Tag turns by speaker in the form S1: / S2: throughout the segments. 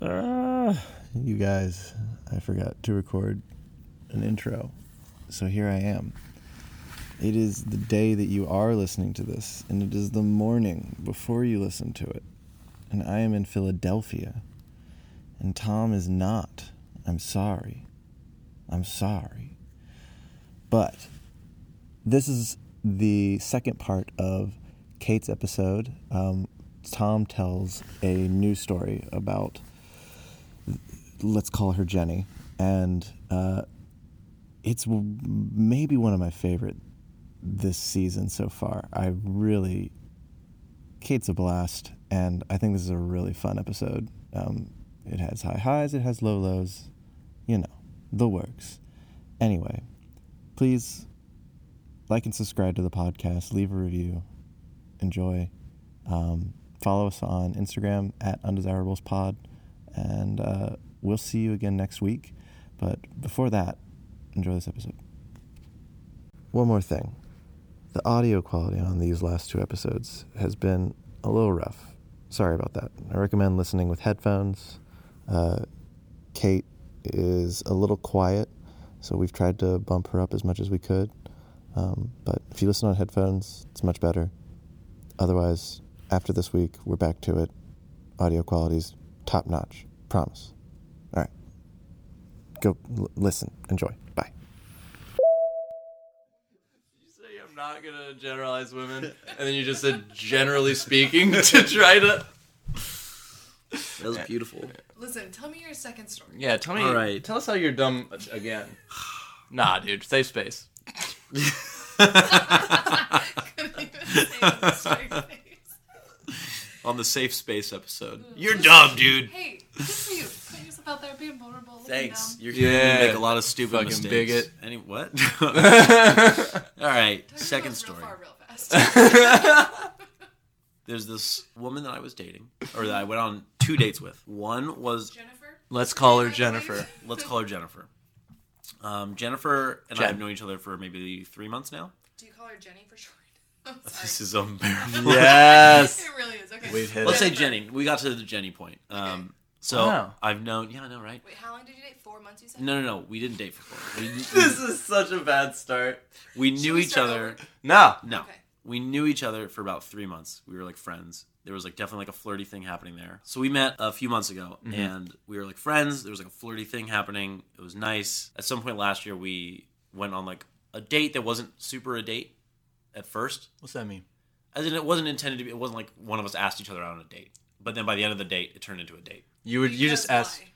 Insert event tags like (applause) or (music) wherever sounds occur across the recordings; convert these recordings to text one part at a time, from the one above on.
S1: Ah, you guys, I forgot to record an intro. So here I am. It is the day that you are listening to this, and it is the morning before you listen to it. And I am in Philadelphia, and Tom is not. I'm sorry. I'm sorry. But this is the second part of Kate's episode. Um, Tom tells a new story about, let's call her Jenny, and uh, it's w- maybe one of my favorite this season so far. I really, Kate's a blast, and I think this is a really fun episode. Um, it has high highs, it has low lows, you know, the works. Anyway, please like and subscribe to the podcast, leave a review, enjoy. Um, follow us on Instagram at undesirablespod, and uh, we'll see you again next week. But before that, enjoy this episode. One more thing the audio quality on these last two episodes has been a little rough. Sorry about that. I recommend listening with headphones. Uh, Kate is a little quiet, so we've tried to bump her up as much as we could. Um, but if you listen on headphones, it's much better. Otherwise, after this week, we're back to it. Audio quality's top notch. Promise. All right. Go l- listen. Enjoy. Bye.
S2: say I'm not gonna generalize women, and then you just said generally speaking (laughs) to try to.
S3: That was beautiful.
S4: Listen, tell me your second story. (laughs)
S2: Yeah, tell me.
S3: All right.
S2: Tell us how you're dumb again. (sighs) Nah, dude, safe space.
S4: Couldn't even say it with a
S3: (laughs)
S4: straight face.
S3: On the safe
S4: (laughs)
S3: space episode. You're dumb, dude.
S4: Hey, good for you. Put yourself out there being vulnerable. looking
S3: Thanks.
S4: Dumb.
S3: You're gonna
S2: Yeah.
S3: make a lot of stupid
S2: Fucking
S3: mistakes.
S2: bigot.
S3: Any (laughs) what? All right.
S4: Tiger
S3: Second
S4: goes real
S3: story.
S4: far,
S3: (laughs)
S4: real fast.
S3: There's this woman that I was dating, or that I went on two dates with. One was
S4: Jennifer.
S2: Let's call her Jennifer.
S3: let's call her Jennifer. Um, Jennifer and I
S2: Jen.
S3: have known each other for maybe three months now.
S4: Do you call her Jenny for short? (laughs) I'm (laughs)
S3: This
S4: sorry.
S3: is unbearable.
S2: Yes.
S4: It really is. Okay.
S2: We've hit
S3: (laughs) Let's say
S4: Jennifer.
S3: Jenny. We got to the Jenny point. Um, So
S2: Wow.
S3: I've known. Yeah, I know, right?
S4: Wait, how long did you date? Four months, you said?
S3: No, no, no. We didn't date before.
S2: (laughs)
S3: We, (laughs)
S2: this is such a bad start.
S3: we
S4: Should
S3: knew
S4: we
S3: each
S4: start
S3: other.
S4: over?
S2: No.
S3: No.
S4: Okay.
S3: We knew each other for about three months. We were like friends. There was like definitely like a flirty thing happening there. So we met a few months ago and we were like friends. There was like a flirty thing happening. It was nice. At some point last year, we went on like a date that wasn't super a date at first.
S2: What's that mean?
S3: As in, it wasn't intended to be, it wasn't like one of us asked each other out on a date. But then by the end of the date, it turned into a date
S2: You would. You just
S4: Because
S2: asked.
S4: why?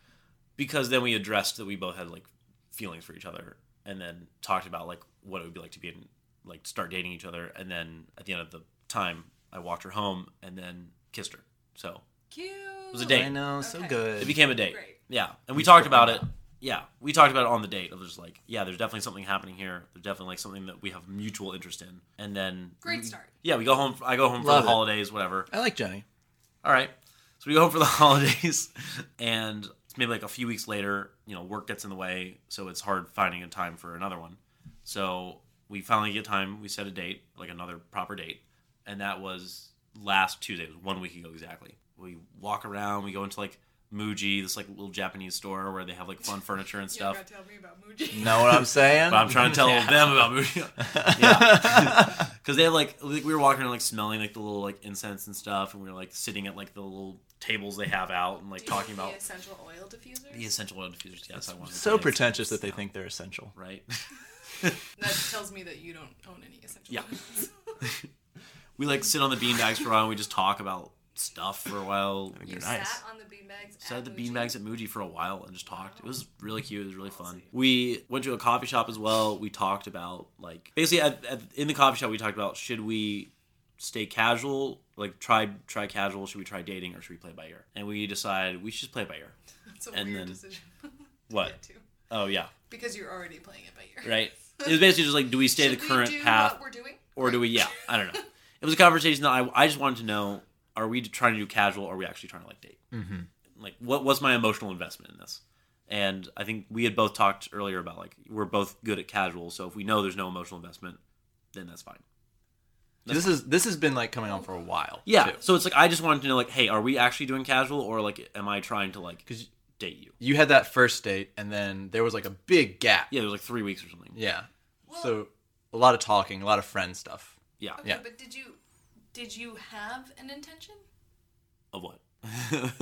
S3: because then we addressed that we both had like feelings for each other and then talked about like what it would be like to be in like start dating each other and then at the end of the time i walked her home and then kissed her so
S4: Cute.
S3: was a date.
S2: I know. So
S4: Okay.
S3: it
S2: good.
S3: became a date
S4: Great.
S3: yeah and we talked about it yeah we talked about it on the date of just like yeah there's definitely something happening here there's definitely like something that we have mutual interest in and then
S4: Great start.
S3: yeah we go home i go home for
S2: Love
S3: the
S2: it.
S3: holidays whatever
S2: I like Jenny.
S3: all right. So we go home for the (laughs) holidays, and it's maybe like a few weeks later, you know, work gets in the way, so it's hard finding a time for another one. So we finally get time. We set a date, like another proper date, and that was last Tuesday. It was one week ago exactly. We walk around. We go into like Muji, this like little Japanese store where they have like fun furniture
S4: (laughs)
S3: and
S4: You don't
S3: stuff.
S4: gotta tell me about Muji.
S2: Know what I'm saying?
S3: (laughs) But I'm trying to tell
S2: Yeah.
S3: them about
S4: (laughs)
S3: Muji. (laughs) yeah. Because they have like, like, we were walking around, like, smelling, like, the little, like, incense and stuff. And we were, like, sitting at, like, the little tables they have out and, like,
S4: Do you
S3: talking
S4: know
S3: about
S4: the essential oil diffuser.
S3: the essential oil diffusers. Yes, I wanted to
S2: (laughs) So
S3: say.
S2: pretentious that they think they're essential.
S3: Right. (laughs)
S4: That tells me that you don't own any essential
S3: Yeah. (laughs)
S4: oils.
S3: We, like, sit on the beanbags for a while and we just talk about stuff for a while.
S2: I think
S4: you
S2: they're nice.
S4: sat on the beanbags.
S3: Sat
S4: at
S3: at the
S4: Muji?
S3: beanbags at Muji for a while and just talked. It was really cute. It was really fun. We went to a coffee shop as well. We talked about like basically at, at, in the coffee shop we talked about should we stay casual, like try try casual, should we try dating or should we play by ear? And we decided we should just play by ear.
S4: It's a
S3: and
S4: weird
S3: then-
S4: decision. (laughs) to
S3: What?
S4: get to.
S3: Oh yeah,
S4: because you're already playing it by ear. (laughs)
S3: right. It was basically just like do we stay
S4: Should
S3: the
S4: we
S3: current
S4: do
S3: path
S4: What we're doing?
S3: or do we? Yeah, I don't know. It was a conversation that I, I just wanted to know: Are we trying to do casual? Or are we actually trying to like date? Mm-hmm. Like, what was my emotional investment in this? And I think we had both talked earlier about like we're both good at casual, so if we know there's no emotional investment, then that's fine.
S2: This is this has been like coming on for a while.
S3: Yeah.
S2: too.
S3: So it's like I just wanted to know like, hey, are we actually doing casual or like am I trying to like
S2: 'Cause-
S3: date you?
S2: You had that first date, and then there was like a big gap.
S3: Yeah, it was like three weeks or something.
S2: Yeah. So a lot of talking, a lot of friend stuff.
S3: Yeah.
S4: Okay,
S2: Yeah.
S4: but did you did you have an intention?
S3: Of (laughs) what?
S4: Um,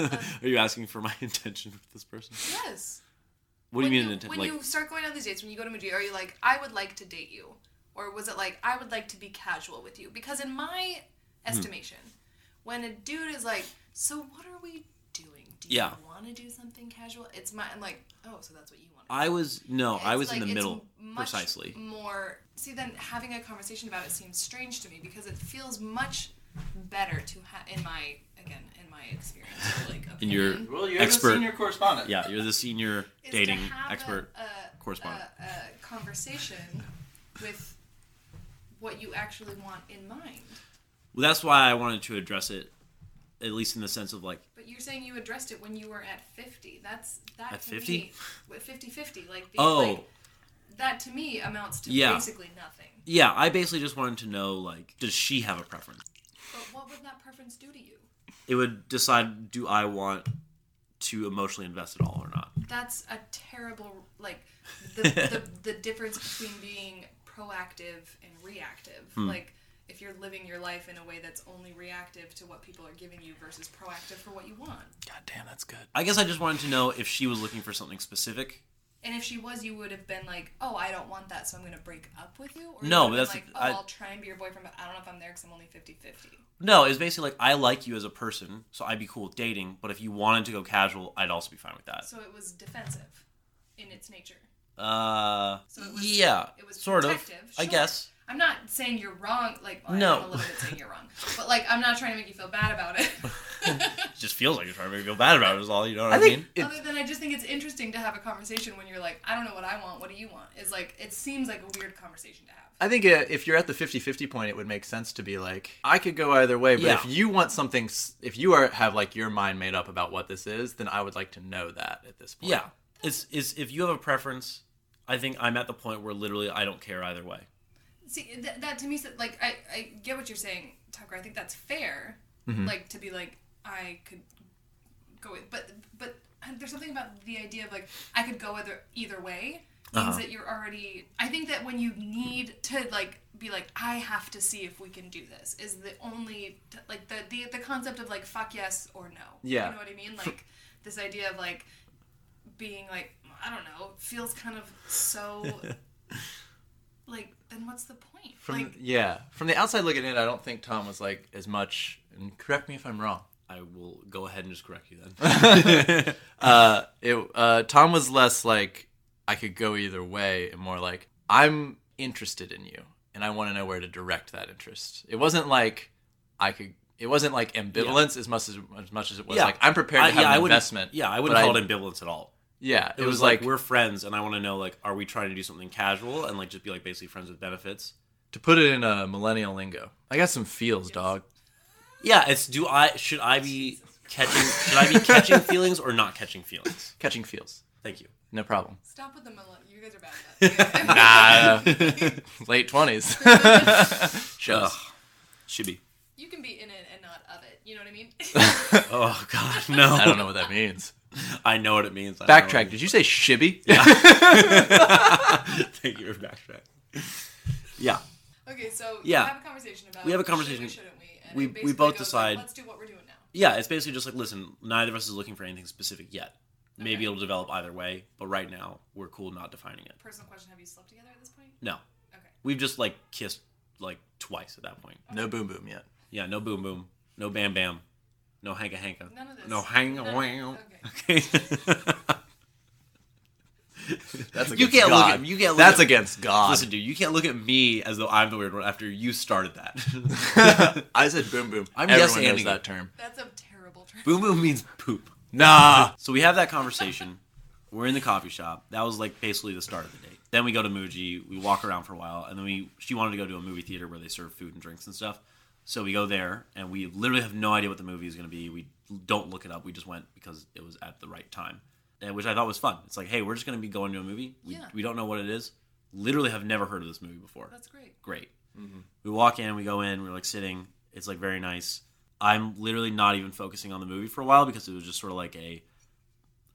S3: Are you asking for my (laughs) intention with this person?
S4: Yes.
S3: What do you
S4: When
S3: mean an intention?
S4: When
S3: Like
S4: you start going on these dates, when you go to Madrid, are you like, I would like to date you, or was it like, I would like to be casual with you? Because in my
S3: Hmm.
S4: estimation, when a dude is like, so what are we doing? Do you
S3: Yeah.
S4: want to do something casual? It's my. I'm like, oh, so that's what you want. to
S3: I was no, Oh, I
S4: It's
S3: was
S4: like-
S3: in the
S4: it's
S3: middle
S4: much
S3: precisely.
S4: More see, then having a conversation about it seems strange to me because it feels much better to have in my again in my experience or, like
S3: (laughs) In your
S4: opinion,
S2: Well, you're
S3: the Expert. senior
S2: correspondent.
S3: Yeah, you're the senior
S4: is to
S3: dating
S4: have a-
S3: expert.
S4: a,
S3: correspondent.
S4: a, a conversation with what you actually want in mind.
S3: Well, that's why I wanted to address it, at least in the sense of like,
S4: But you're saying you addressed it when you were at 50. That's that
S3: At
S4: to
S3: 50?
S4: me 50-50 like the,
S3: oh
S4: like, that to me amounts to
S3: Yeah.
S4: basically nothing.
S3: yeah, I basically just wanted to know like, does she have a preference?
S4: But what would that preference do to you?
S3: It would decide do I want to emotionally invest at all or not.
S4: that's a terrible like the,
S3: (laughs)
S4: the, the difference between being proactive and reactive
S3: Hmm.
S4: like if you're living your life in a way that's only reactive to what people are giving you versus proactive for what you want
S2: God damn, that's good.
S3: I guess I just wanted to know if she was looking for something specific.
S4: and if she was you would have been like oh i don't want that so i'm going to break up with you or you
S3: No,
S4: would have
S3: but
S4: been
S3: that's-
S4: like oh
S3: I-
S4: I... will try and be your boyfriend but i don't know if i'm there because i'm only 50-50
S3: No, it was basically like I like you as a person, so I'd be cool with dating. But if you wanted to go casual, I'd also be fine with that.
S4: so it was defensive in its nature
S3: Uh,
S4: So it was-
S3: yeah,
S4: it was
S3: sort of.
S4: protective,
S3: I
S4: sure.
S3: guess.
S4: I'm not saying you're wrong. Like, well,
S3: No.
S4: I am a little bit saying you're wrong, but like, I'm not trying to make you feel bad about it.
S3: (laughs) It just feels like you're trying to make me feel bad about it. Is all you know what I,
S2: I think
S3: mean?
S2: it,
S4: Other than I just think it's interesting to have a conversation when you're like, I don't know what I want. What do you want? It's like it seems like a weird conversation to have.
S2: I think uh, if you're at the 50-50 point, it would make sense to be like, I could go either way, but
S3: Yeah.
S2: if you want something, s- if you are have like your mind made up about what this is, then I would like to know that at this point.
S3: Yeah, it's is if you have a preference, I think I'm at the point where literally I don't care either way.
S4: See, th- that to me, is- like, I I get what you're saying, Tucker. I think that's fair. Like to be like, I could go with, but but there's something about the idea of like I could go either either way means
S3: Uh-huh.
S4: that you're already. I think that when you need to like be like I have to see if we can do this is the only t- like the the the concept of like fuck yes or no.
S2: Yeah.
S4: you know what I mean. Like this idea of like being like I don't know feels kind of
S3: (laughs)
S4: so. Like then, what's the point?
S2: From
S4: like,
S2: yeah, from the outside looking in, I don't think Tom was like as much. And correct me if I'm wrong.
S3: I will go ahead and just correct you
S2: (laughs)
S3: then.
S2: uh, it, uh, Tom was less like I could go either way, and more like I'm interested in you, and I want to know where to direct that interest. It wasn't like I could. It wasn't like ambivalence as much as as much as it was
S3: Yeah.
S2: like I'm prepared to
S3: I,
S2: have
S3: yeah,
S2: an
S3: I wouldn't.
S2: investment.
S3: Yeah, I wouldn't
S2: but
S3: call it ambivalence at all.
S2: Yeah,
S3: It, was, like, we're friends, and I want to know like, are we trying to do something casual and like just be like basically friends with benefits?
S2: to put it in a millennial lingo. I got some feels, dog.
S3: Yeah, it's do I should I be catching should I be
S2: (laughs)
S3: catching feelings or not catching feelings?
S2: Catching feels,
S3: Thank you.
S2: no
S3: (laughs)
S2: problem.
S4: Stop with the millennial. You guys are bad at that.
S3: Ah.
S2: Nah, (laughs) late
S3: (laughs)
S2: twenties. Shows.
S3: Should be.
S4: you can be in it and not of it. You know what I
S3: (laughs)
S4: mean? (laughs)
S3: Oh God, no!
S2: (laughs) I don't know what that means.
S3: I know what it means. I know
S2: Backtrack.
S3: what it
S2: Did you say shibby?
S3: means. (laughs) Thank you for backtrack. Yeah,
S4: okay, so
S3: Yeah.
S4: we have a conversation about
S3: We have a
S4: should
S3: conversation.
S4: we, shouldn't we? And
S3: We-
S4: it
S3: we
S4: basically
S3: both
S4: goes like,
S3: decide-
S4: Let's do what we're doing now.
S3: yeah. It's basically just like listen. Neither of us is looking for anything specific yet. Maybe
S4: Okay.
S3: it'll develop either way, but right now we're cool not defining it.
S4: Personal question: Have you slept together at this point?
S3: No,
S4: Okay.
S3: we've just like kissed like twice at that point.
S2: (laughs) No boom boom yet.
S3: Yeah, no boom boom, no bam bam, no hanka hanka,
S4: None of this.
S3: no hang
S4: None of-
S3: around. (laughs)
S4: Okay. (laughs)
S3: Okay.
S2: That's
S3: You can't look at- you can't look
S2: That's
S3: at-
S2: against God.
S3: Listen, dude, you can't look at me as though I'm the weird one after you started that. (laughs)
S2: I said boom boom.
S3: I'm
S2: Everyone
S3: yes
S2: knows
S3: anding
S2: that
S3: it.
S2: term.
S4: That's a terrible term.
S3: boom boom means poop.
S2: Nah.
S3: So we have that conversation. We're in the coffee shop. That was like basically the start of the date. Then we go to Muji. We walk around for a while, and then we she wanted to go to a movie theater where they serve food and drinks and stuff. So we go there, and we literally have no idea what the movie is going to be. We don't look it up. We just went because it was at the right time, and which I thought was fun. It's like, hey, we're just going to be going to a movie. We,
S4: Yeah.
S3: we don't know what it is. Literally have never heard of this movie before.
S4: That's great.
S3: Great. We walk in, we go in, we're like sitting. It's like very nice. I'm literally not even focusing on the movie for a while because it was just sort of like a,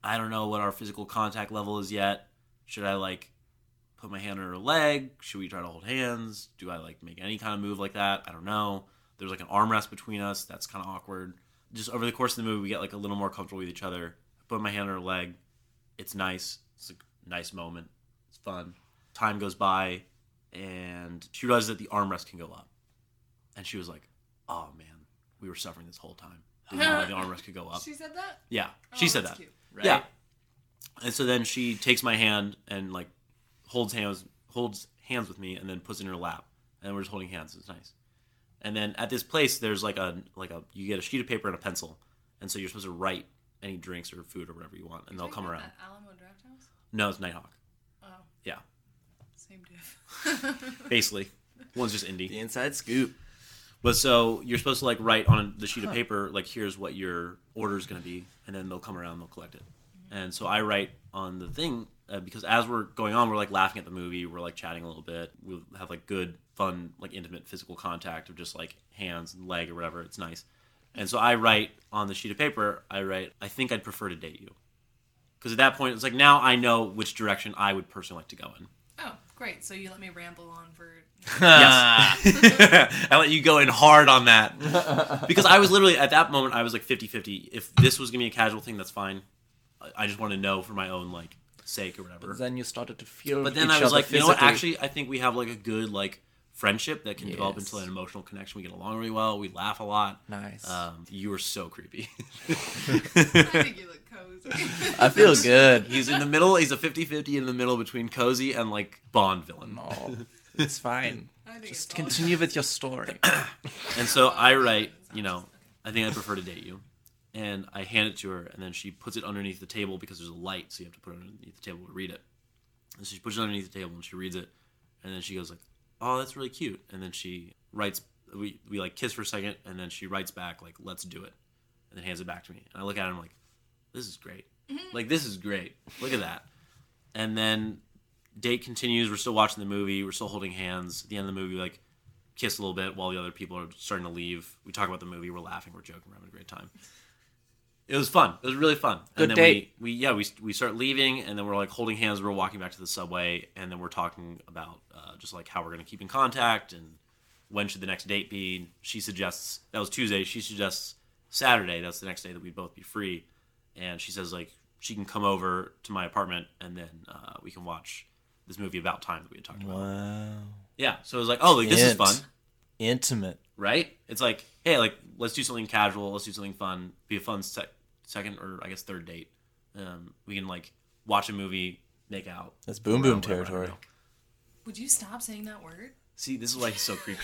S3: I don't know what our physical contact level is yet. Should I like put my hand on her leg? Should we try to hold hands? Do I like make any kind of move like that? I don't know. There's like an armrest between us. That's kind of awkward. Just over the course of the movie, we get like a little more comfortable with each other. I put my hand on her leg. It's nice. It's a nice moment. It's fun. Time goes by, and she realizes that the armrest can go up. And she was like, "Oh man, we were suffering this whole time. We didn't know
S4: (laughs)
S3: the armrest could go up."
S4: She said that.
S3: Yeah,
S4: Oh,
S3: she said
S4: that's
S3: that.
S4: cute.
S2: right?
S3: Yeah. And so then she takes my hand and like holds hands holds hands with me and then puts it in her lap. And we're just holding hands. It's nice. And then at this place there's like a like a you get a sheet of paper and a pencil. And so you're supposed to write any drinks or food or whatever you want and they'll
S4: Think
S3: come
S4: about
S3: around.
S4: That Alamo Draft House.
S3: No, it's Nighthawk.
S4: Oh,
S3: Yeah.
S4: same diff.
S3: (laughs)
S4: (laughs)
S3: Basically. One's just indie.
S2: The inside scoop.
S3: But so you're supposed to like write on the sheet of paper like here's what your order is going to be, and then they'll come around and they'll collect it. And so I write on the thing uh, because as we're going on, we're like laughing at the movie, we're like chatting a little bit, we have like good, fun, like intimate physical contact of just like hands and leg or whatever. It's nice. And so I write on the sheet of paper, I write, I think I'd prefer to date you. Because at that point, it's like now I know which direction I would personally like to go in.
S4: oh, great. So you let me ramble on for.
S3: Yes. (laughs) I let you go in hard on that. Because I was literally, at that moment, I was like 50 50. If this was going to be a casual thing, that's fine. I- I just want to know for my own, like, sake or whatever.
S2: Then you started to feel.
S3: But then I was like, you know what? Actually, I think we have, like, a good, like, friendship that can develop
S2: Yes.
S3: into an emotional connection. We get along really well. We laugh a lot.
S2: nice.
S3: Um, you were so creepy. (laughs)
S4: I think
S2: (laughs)
S4: you look cozy.
S2: I feel good.
S3: he's in the middle. He's a 50 50 in the middle between cozy and, like, Bond villain.
S2: No, it's fine.
S4: I think
S2: Just
S4: it's
S2: continue with your story.
S3: And so I write, you know, I think I prefer to date you. And I hand it to her, and then she puts it underneath the table because there's a light, so you have to put it underneath the table to read it. And so she puts it underneath the table and she reads it, and then she goes like, "Oh, that's really cute." And then she writes, we we like kiss for a second, and then she writes back like, "Let's do it," and then hands it back to me. And I look at it, and I'm like, "This is great. Like this is great. Look at that." And then date continues. We're still watching the movie. We're still holding hands. At the end of the movie, like kiss a little bit while the other people are starting to leave. We talk about the movie. We're laughing. We're joking. We're having a great time. It was fun. It was really fun.
S2: Good
S3: and then
S2: date.
S3: We, we yeah we we start leaving and then we're like holding hands. We're walking back to the subway and then we're talking about uh, just like how we're gonna keep in contact and when should the next date be. She suggests that was Tuesday. She suggests Saturday. That's the next day that we'd both be free. And she says like she can come over to my apartment and then uh, we can watch this movie about time that we had talked about.
S2: wow,
S3: Yeah. So it was like oh like this is
S2: Hint.
S3: fun
S2: intimate.
S3: right? It's like, hey, like let's do something casual, let's do something fun, be a fun sec- second or I guess third date. Um, we can like watch a movie, make out.
S2: That's boom
S3: whatever,
S2: boom
S3: whatever,
S2: territory.
S3: whatever.
S4: Would you stop saying that word?
S3: See, this is why he's so creepy.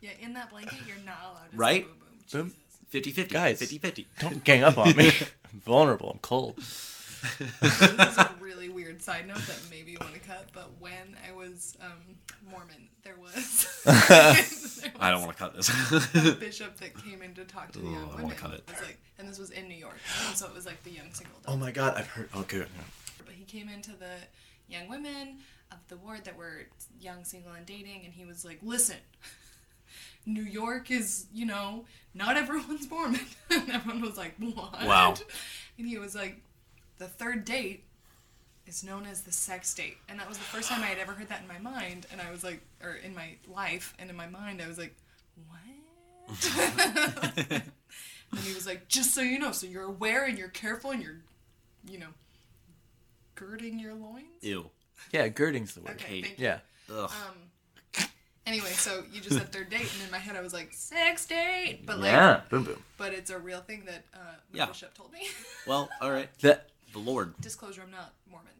S4: Yeah, in that blanket, you're not allowed to
S3: Right?
S4: say boom boom.
S2: Boom.
S4: Jesus.
S3: 50 50.
S2: Guys.
S3: 50 50.
S2: Don't gang up on me. I'm vulnerable. I'm cold.
S4: this is
S3: (laughs)
S4: a really weird side note that maybe you want to cut, but when I was um, Mormon, there was, (laughs)
S3: (laughs) I don't want to cut this. (laughs)
S4: a bishop that came in to talk to the
S3: Ooh,
S4: young
S3: I wanna
S4: women.
S3: cut it.
S4: It was like, and this was in New York, and so it was like the young single.
S1: Oh my god, I've heard. Oh, good.
S4: But he came into the young women of the ward that were young, single, and dating, and he was like, "Listen, (laughs) New York is, you know, not everyone's Mormon." (laughs) and everyone was like, "What?"
S3: Wow.
S4: And he was like, "The third date is known as the sex date," and that was the first time I had ever heard that in my mind, and I was like, or in my life, and in my mind, I was like, "What?" (laughs) and he was like, "Just so you know, so you're aware and you're careful and you're, you know." girding your loins.
S3: Ew.
S2: Yeah, girding's the word.
S4: Okay, thank you.
S2: Yeah.
S3: Ugh.
S4: Anyway, so you just said third date, and in my head I was like sex date, but like,
S2: Boom boom.
S4: but it's a real thing that uh, the
S3: Yeah.
S4: bishop told me. (laughs)
S3: Well, all right.
S2: That.
S3: The Lord.
S4: Disclosure: I'm not Mormon.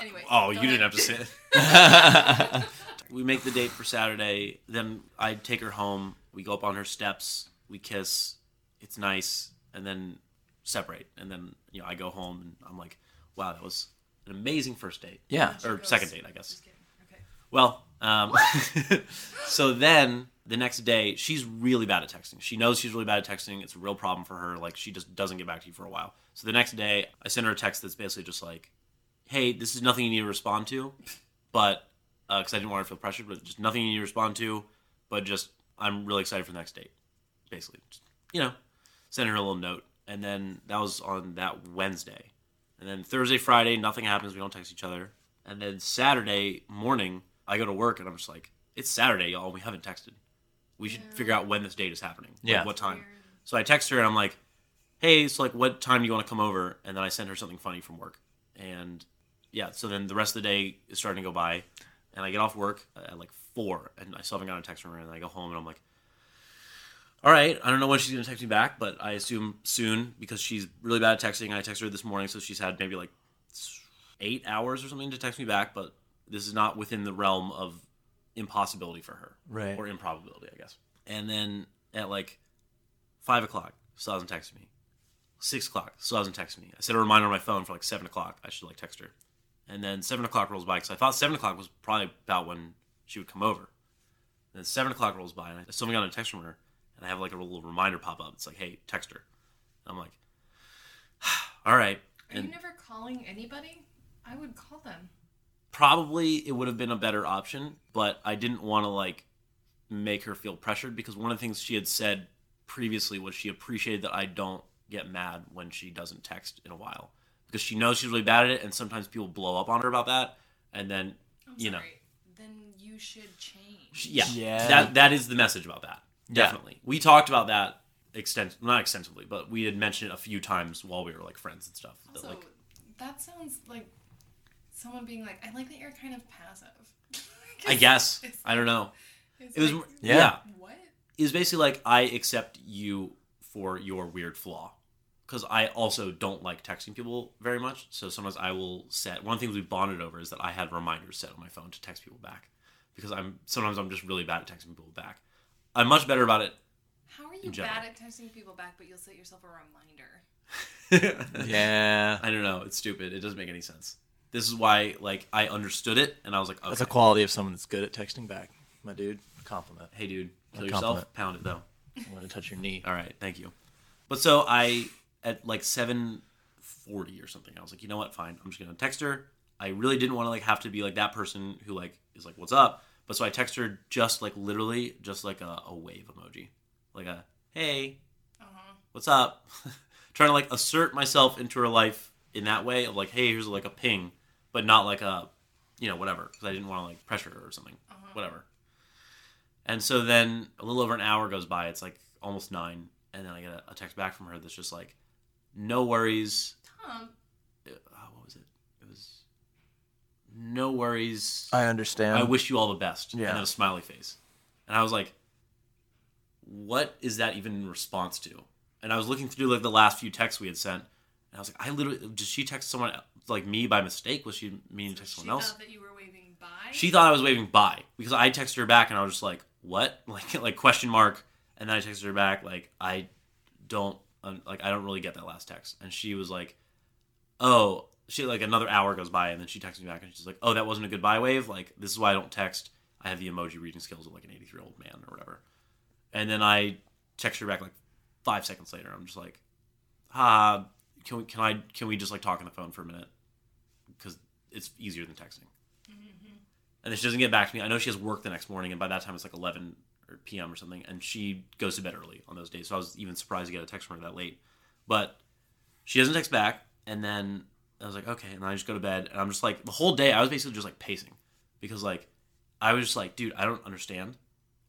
S4: Anyway.
S3: Oh,
S4: go
S3: you
S4: ahead.
S3: didn't have to say it.
S4: (laughs)
S3: (laughs) we make the date for Saturday. Then I take her home. We go up on her steps. We kiss. It's nice. And then separate. And then you know I go home and I'm like, wow, that was an amazing first date.
S2: Yeah.
S4: She
S3: Or
S4: goes-
S3: second date, I guess.
S4: Just kidding. (laughs) Okay.
S3: Well, um, (laughs) so then the next day, she's really bad at texting. She knows she's really bad at texting. It's a real problem for her. Like, she just doesn't get back to you for a while. So the next day, I send her a text that's basically just like, hey, this is nothing you need to respond to, but because I didn't want her to feel pressured, but just nothing you need to respond to, but just I'm really excited for the next date. Basically, just, you know, send her a little note, and then that was on that Wednesday, and then Thursday, Friday, nothing happens. We don't text each other, and then Saturday morning, I go to work, and I'm just like, it's Saturday, y'all. We haven't texted. We should figure out when this date is happening. like,
S2: Yeah.
S3: what time?
S4: Weird.
S3: So I text her, and I'm like, hey, so like, what time do you want to come over? And then I send her something funny from work, and yeah, so then the rest of the day is starting to go by, and I get off work at like four, and I still haven't gotten a text from her. And I go home, and I'm like, "All right, I don't know when she's gonna text me back, but I assume soon because she's really bad at texting. I texted her this morning, so she's had maybe like s- eight hours or something to text me back, but this is not within the realm of impossibility for her,
S2: Right.
S3: Or improbability, I guess. And then at like five o'clock, still hasn't texted me. Six o'clock, still hasn't texted me. I set a reminder on my phone for like seven o'clock. I should like text her. And then seven o'clock rolls by because I thought seven o'clock was probably about when she would come over. And then seven o'clock rolls by and I still haven't gotten a text from her. And I have like a little reminder pop up. It's like, hey, text her. And I'm like, (sighs) all right.
S4: Are you
S3: And
S4: never calling anybody? I would call them.
S3: probably it would have been a better option, but I didn't want to like make her feel pressured because one of the things she had said previously was she appreciated that I don't get mad when she doesn't text in a while because she knows she's really bad at it and sometimes people blow up on her about that and then
S4: I'm
S3: you know
S4: sorry. Then you should change.
S3: Yeah.
S2: Yeah.
S3: That that is the message about that.
S2: Yeah.
S3: Definitely. We talked about that extens not extensively, but we had mentioned it a few times while we were like friends and stuff. That,
S4: Also,
S3: like
S4: that sounds like someone being like, "I like that you're kind of passive." (laughs)
S3: I guess.
S4: It's-
S3: I don't know.
S4: it's
S3: It was
S4: like,
S3: yeah.
S2: Yeah.
S4: What?
S3: It was basically like I accept you for your weird flaw. Cause I also don't like texting people very much. So sometimes I will set one of the things we bonded over is that I had reminders set on my phone to text people back. Because I'm sometimes I'm just really bad at texting people back. I'm much better about it.
S4: How are you
S3: general.
S4: bad at texting people back, but you'll set yourself a reminder?
S3: (laughs)
S2: Yeah.
S3: I don't know. It's stupid. It doesn't make any sense. This is why, like, I understood it, and I was like, okay.
S2: That's a quality of someone that's good at texting back. My dude, compliment.
S3: hey, dude, kill
S2: A
S3: yourself.
S2: compliment.
S3: Pound it though.
S2: I'm gonna touch your knee.
S3: All right, thank you. But so I, at like seven forty or something, I was like, you know what? Fine, I'm just gonna text her. I really didn't want to like have to be like that person who like is like, what's up? But so I text her just like literally just like a, a wave emoji, like a hey,
S4: Uh-huh.
S3: what's up? (laughs) Trying to like assert myself into her life in that way of like, hey, here's like a ping, but not like a, you know, whatever, because I didn't want to like pressure her or something, whatever. And so then a little over an hour goes by. It's like almost nine, and then I get a, a text back from her that's just like, no worries.
S4: Tom,
S3: Uh, what was it? It was no worries.
S2: I understand.
S3: I wish you all the best.
S2: Yeah.
S3: And then a smiley face. And I was like, what is that even in response to? And I was looking through like the last few texts we had sent, and I was like, I literally did she text someone like me by mistake? Was she meaning to text
S4: she
S3: someone else?
S4: thought that you were waving bye.
S3: She thought I was waving bye because I texted her back and I was just like, "What?" (laughs) Like like question mark, and then I texted her back like I don't um, like I don't really get that last text, and she was like, "Oh." She like another hour goes by and then she texts me back and she's like, "Oh, that wasn't a goodbye wave. Like this is why I don't text. I have the emoji reading skills of like an 83 year old man or whatever." And then I text her back like five seconds later. I'm just like, "Ah, can we can I can we just like talk on the phone for a minute? Because it's easier than texting." and then she doesn't get back to me. I know she has work the next morning, and by that time it's like 11 or p.m. or something, and she goes to bed early on those days. So I was even surprised to get a text from her that late. But she doesn't text back, and then I was like, okay, and then I just go to bed, and I'm just like, the whole day I was basically just like pacing because like I was just like, dude, I don't understand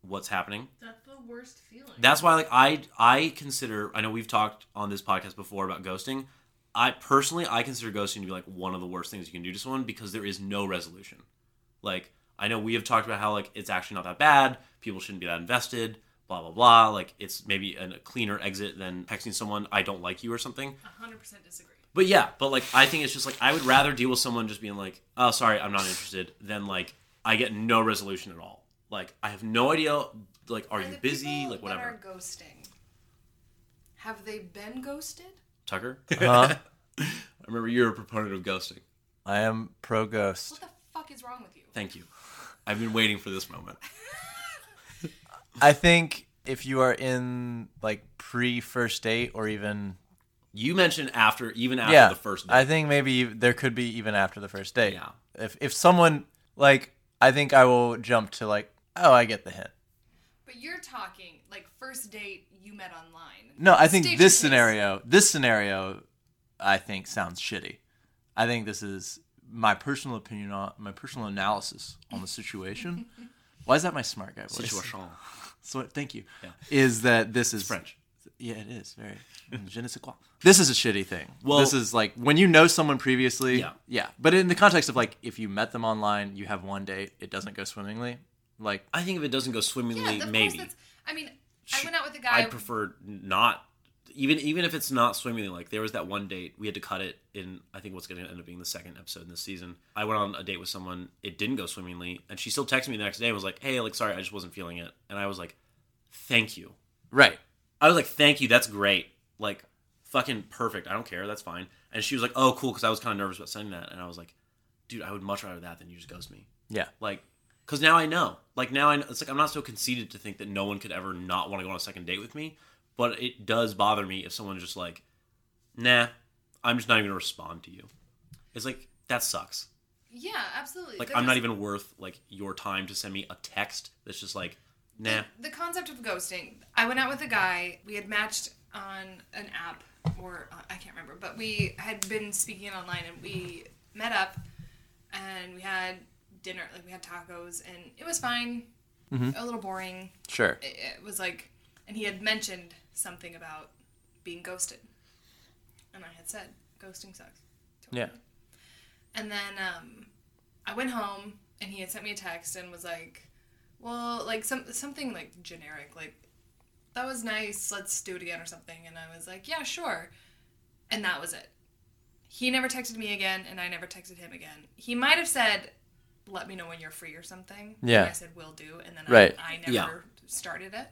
S3: what's happening.
S4: That's the worst feeling.
S3: That's why like I I consider I know we've talked on this podcast before about ghosting. I personally I consider ghosting to be like one of the worst things you can do to someone because there is no resolution. Like I know we have talked about how like it's actually not that bad. People shouldn't be that invested. Blah blah blah. Like it's maybe a cleaner exit than texting someone I don't like you or something.
S4: 100% disagree.
S3: But yeah, but like I think it's just like I would rather deal with someone just being like, "Oh, sorry, I'm not interested," than like I get no resolution at all. Like I have no idea. Like, are
S4: And
S3: you
S4: the
S3: busy?
S4: people
S3: Like whatever.
S4: That are ghosting. Have they been ghosted?
S3: Tucker?
S2: (laughs) Huh?
S3: I remember you're a proponent of ghosting.
S2: I am pro ghost.
S4: What the fuck is wrong with you?
S3: Thank you. I've been waiting for this moment.
S2: I think if you are in like pre first date or even
S3: You mentioned after, even after
S2: yeah,
S3: the first
S2: I
S3: date.
S2: think maybe there could be even after the first date.
S3: Yeah.
S2: If if someone like I think I will jump to like, oh, I get the hint.
S4: But you're talking like first date you met online.
S2: No, I think
S4: Stage
S2: this
S4: and pace.
S2: scenario, this scenario, I think sounds shitty. I think this is my personal opinion on my personal analysis on the situation. Why is that my smart guy voice? (laughs)
S3: Situation.
S2: So thank you. Is that this is
S3: French.
S2: Yeah, it is very.
S3: (laughs)
S2: Je ne sais quoi. This is a shitty thing.
S3: Well-
S2: this is like when you know someone previously.
S3: Yeah.
S2: But in the context of like, if you met them online, you have one date, it doesn't go swimmingly. Like,
S3: I think if it doesn't go
S4: Yeah,
S3: swimmingly,
S4: of course.
S3: maybe.
S4: That's, I mean, I went out with a guy.
S3: I prefer not. Even even if it's not swimmingly, like there was that one date we had to cut it in. I think what's going to end up being the second episode in this season. I went on a date with someone. It didn't go swimmingly, and she still texted me the next day and was like, "Hey, like sorry, I just wasn't feeling it." And I was like, "Thank you."
S2: right.
S3: I was like, "Thank you, that's great." Like, fucking perfect. I don't care. That's fine. And she was like, "Oh, cool," because I was kind of nervous about sending that, and I was like, "Dude, I would much rather that than you just ghost me."
S2: Yeah.
S3: Like, because now I know. Like now I know. It's like I'm not so conceited to think that no one could ever not want to go on a second date with me. But it does bother me if someone's just like, "Nah, I'm just not even gonna respond to you." It's like that sucks.
S4: yeah, absolutely.
S3: Like
S4: That
S3: I'm
S4: is-
S3: not even worth like your time to send me a text that's just like, "Nah."
S4: The concept of ghosting. I went out with a guy. We had matched on an app, or uh, I can't remember, but we had been speaking online, and we met up, and we had dinner. Like we had tacos, and it was fine.
S3: Mm-hmm.
S4: A little boring.
S2: Sure.
S4: It, it was like, and he had mentioned something about being ghosted, and I had said ghosting sucks.
S2: Yeah.
S4: And then um, I went home, and he had sent me a text and was like, "Well, like some something like generic, like that was nice. Let's do it again or something." And I was like, "Yeah, sure." And that was it. He never texted me again, and I never texted him again. He might have said, "Let me know when you're free" or something. And
S2: Yeah.
S4: I said, "Will do," and then
S2: Right.
S4: I, I never
S3: Yeah.
S4: started it.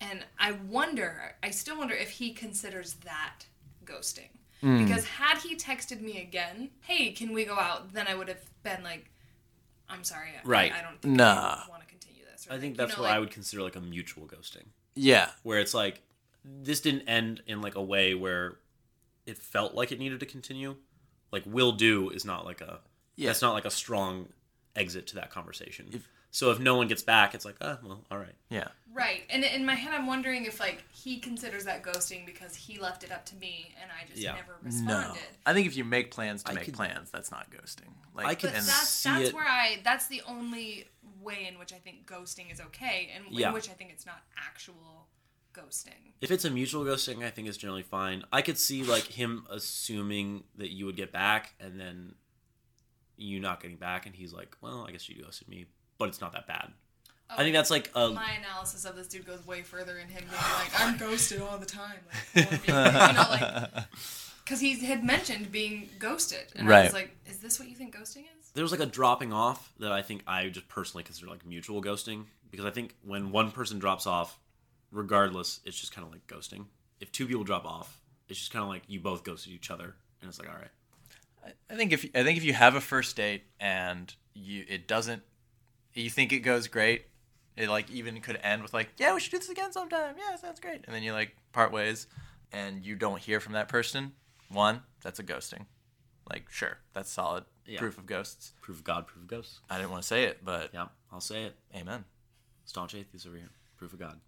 S4: And I wonder, I still wonder if he considers that ghosting.
S3: Hmm.
S4: Because had he texted me again, hey, can we go out? Then I would have been like, I'm sorry. I,
S3: Right.
S4: I don't think
S2: Nah.
S4: I want to continue this. Or
S3: I
S4: like,
S3: think
S4: you
S3: that's
S4: know,
S3: what
S4: like,
S3: I would consider like a mutual ghosting.
S2: Yeah.
S3: where it's like this didn't end in like a way where it felt like it needed to continue. Like will do is not like a
S2: Yeah.
S3: that's not like a strong exit to that conversation. so if no one gets back, it's like, ah, well, all right.
S2: Yeah.
S4: Right. And in my head, I'm wondering if, like, he considers that ghosting because he left it up to me and I just
S3: Yeah.
S4: never
S2: No.
S4: responded.
S2: I think if you make plans to
S3: I
S2: make
S3: could-
S2: plans, that's not ghosting. Like,
S3: I could
S4: But
S3: And
S4: that's,
S3: see
S4: that's
S3: it-
S4: where I, that's the only way in which I think ghosting is okay and
S3: Yeah.
S4: in which I think it's not actual ghosting.
S3: If it's a mutual ghosting, I think it's generally fine. I could see like him assuming that you would get back and then you not getting back and he's like, Well, I guess you ghosted me, but it's not that bad. I think that's like a
S4: my analysis of this dude goes way further in him being like, I'm ghosted all the time.
S2: (laughs)
S4: Like, you know, like, because he had mentioned being ghosted. And I
S2: Right.
S4: was like, is this what you think ghosting is?
S3: there was like a dropping off that I think I just personally consider like mutual ghosting because I think when one person drops off, regardless, it's just kind of like ghosting. If two people drop off, it's just kind of like you both ghosted each other, and it's like all right,
S2: I think if I think if you have a first date and you it doesn't you think it goes great, it like even could end with like, yeah, we should do this again sometime. Yeah, sounds great. And then you like part ways and you don't hear from that person. One, that's a ghosting. Like, sure, that's solid
S3: Yeah.
S2: proof of ghosts.
S3: proof of God, proof of ghosts.
S2: I didn't want to say it, but
S3: Yeah, I'll say it.
S2: amen.
S3: Staunch atheist over here. Proof of God.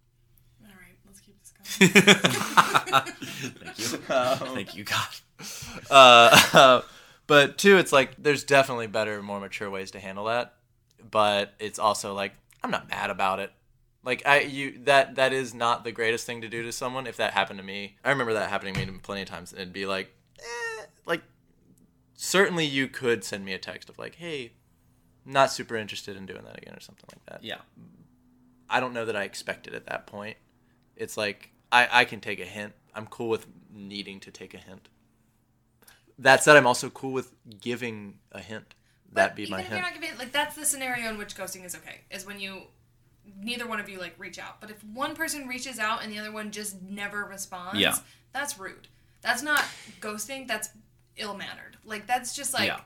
S4: All right, let's keep this
S2: (laughs)
S4: going.
S3: Thank you.
S2: Oh.
S3: Thank you, God.
S2: Uh, (laughs) but two, it's like there's definitely better, more mature ways to handle that. But it's also like I'm not mad about it. Like I, you that that is not the greatest thing to do to someone. If that happened to me, I remember that happening to me plenty of times, and it'd be like, eh, like certainly you could send me a text of like, hey, not super interested in doing that again or something like that.
S3: Yeah,
S2: I don't know that I expected at that point. It's like I, I can take a hint. I'm cool with needing to take a hint. That said, I'm also cool with giving a hint. That be
S4: Even
S2: my
S4: if you're
S2: hint.
S4: not giving, like, that's the scenario in which ghosting is okay, is when you, neither one of you, like, reach out. But if one person reaches out and the other one just never responds,
S3: Yeah.
S4: that's rude. That's not ghosting, that's ill mannered. Like, that's just like,
S3: Yeah.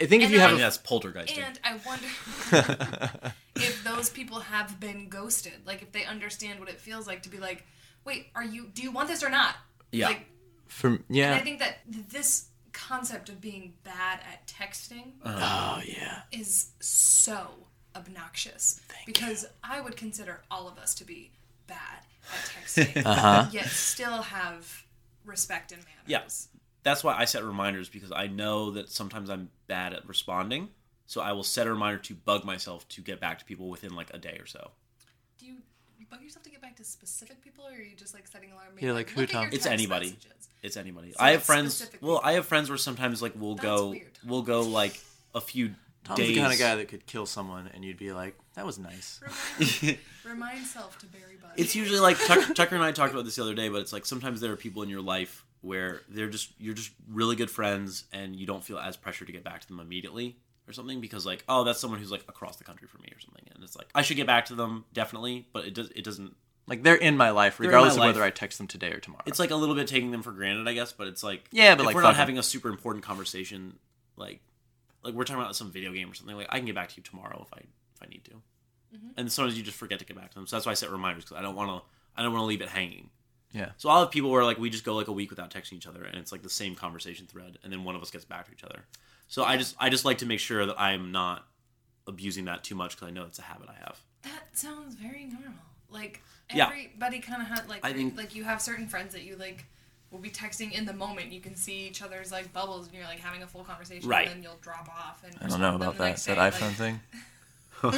S2: I think if
S4: and
S2: you
S3: I
S2: have
S3: mean
S2: a,
S3: that's poltergeisting.
S4: And I wonder
S3: (laughs)
S4: if those people have been ghosted. Like if they understand what it feels like to be like, wait, are you do you want this or not?
S3: Yeah.
S4: Like
S2: for
S4: and I
S2: yeah,
S4: think that this concept of being bad at texting
S2: Oh yeah.
S4: is so obnoxious because I would consider all of us to be bad
S3: (laughs)
S4: at texting,
S3: Uh-huh.
S4: yet still have respect and manners.
S3: Yes. That's why I set reminders because I know that sometimes I'm bad at responding. So I will set a reminder to bug myself to get back to people within like a day or so.
S4: Do you bug yourself to get back to specific people, or are you just like setting alarm?
S2: You're like, who,
S4: look at your
S2: Tom?
S3: It's
S4: text
S3: anybody.
S4: messages.
S3: It's anybody. I have
S4: that's
S3: friends.
S4: specific
S3: Well, I have friends where sometimes like we'll
S4: That's
S3: go,
S4: weird.
S3: we'll go like a few
S2: Tom's
S3: days.
S2: the kind of guy that could kill someone and you'd be like, that was nice.
S3: (laughs)
S4: Remind, remind self to bury bug.
S3: it's usually like Tucker, Tucker and I talked about this the other day, but it's like sometimes there are people in your life where they're just you're just really good friends and you don't feel as pressure to get back to them immediately or something because like oh that's someone who's like across the country from me or something and it's like I should get back to them definitely but it does it doesn't
S2: Like they're in my life,
S3: in
S2: regardless
S3: my
S2: of whether I
S3: life.
S2: text them today or tomorrow.
S3: it's like a little bit taking them for granted I guess but it's like
S2: Yeah, but,
S3: if
S2: like,
S3: we're not
S2: fuck 'em.
S3: having a super important conversation like like we're talking about some video game or something like I can get back to you tomorrow if I if I need to and sometimes you just forget to get back to them so that's why I set reminders because I don't want to I don't want to leave it hanging.
S2: yeah.
S3: So I'll have people where like we just go like a week without texting each other, and it's like the same conversation thread, and then one of us gets back to each other. So I just I just like to make sure that I'm not abusing that too much because I know it's a habit I have.
S4: That sounds very normal. Like
S3: Yeah.
S4: everybody kind of had like
S3: I think-
S4: like you have certain friends that you like will be texting in the moment. You can see each other's like bubbles, and you're like having a full conversation,
S3: Right.
S4: and then you'll drop off. And
S2: I don't know about that. That iPhone
S4: (laughs)
S2: thing. (laughs)
S4: oh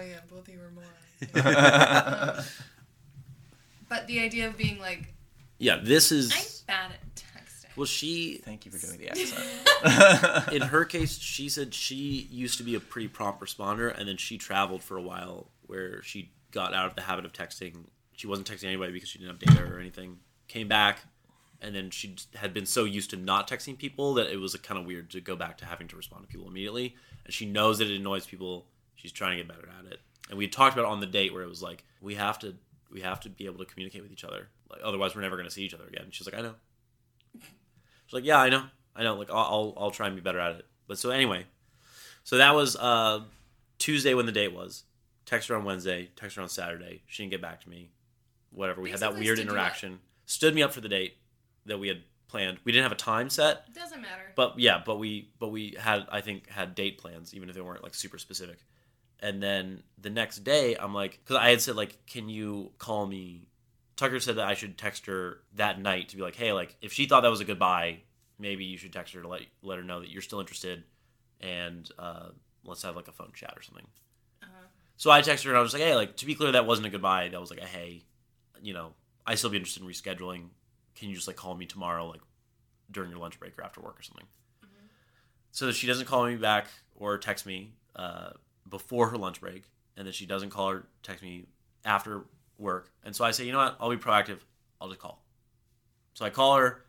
S4: yeah, both of you were morons. but the idea of being like
S3: Yeah, this
S4: I'm
S3: is
S4: bad at texting.
S3: well. She
S2: Thank you for doing the accent.
S3: (laughs) in her case, she said she used to be a pretty prompt responder, and then she traveled for a while where she got out of the habit of texting. She wasn't texting anybody because she didn't have data or anything. Came back, and then she just had been so used to not texting people that it was kind of weird to go back to having to respond to people immediately. And she knows that it annoys people. She's trying to get better at it. And we talked about it on the date where it was like we have to we have to be able to communicate with each other. Like otherwise, we're never going to see each other again. And she's like, I know. She's like, yeah, I know, I know. Like, I'll, I'll, I'll try and be better at it. But so anyway, so that was uh, Tuesday when the date was. Text her on Wednesday. Text her on Saturday. She didn't get back to me. Whatever. We had that
S4: Basically
S3: weird
S4: stood you up.
S3: interaction. Stood me up for the date that we had planned. We didn't have a time set,
S4: Doesn't matter.
S3: but yeah, but we but we had I think had date plans even if they weren't like super specific. And then the next day, I'm like, because I had said like, can you call me? Tucker said that I should text her that night to be like, hey, like if she thought that was a goodbye, maybe you should text her to let let her know that you're still interested, and uh, let's have like a phone chat or something. So I texted her and I was like, hey, like to be clear, that wasn't a goodbye. That was like a hey, you know, I still be interested in rescheduling. Can you just like call me tomorrow, like during your lunch break or after work or something? So that she doesn't call me back or text me uh, before her lunch break, and then she doesn't call or text me after work. And so I say, you know what? I'll be proactive. I'll just call. So I call her.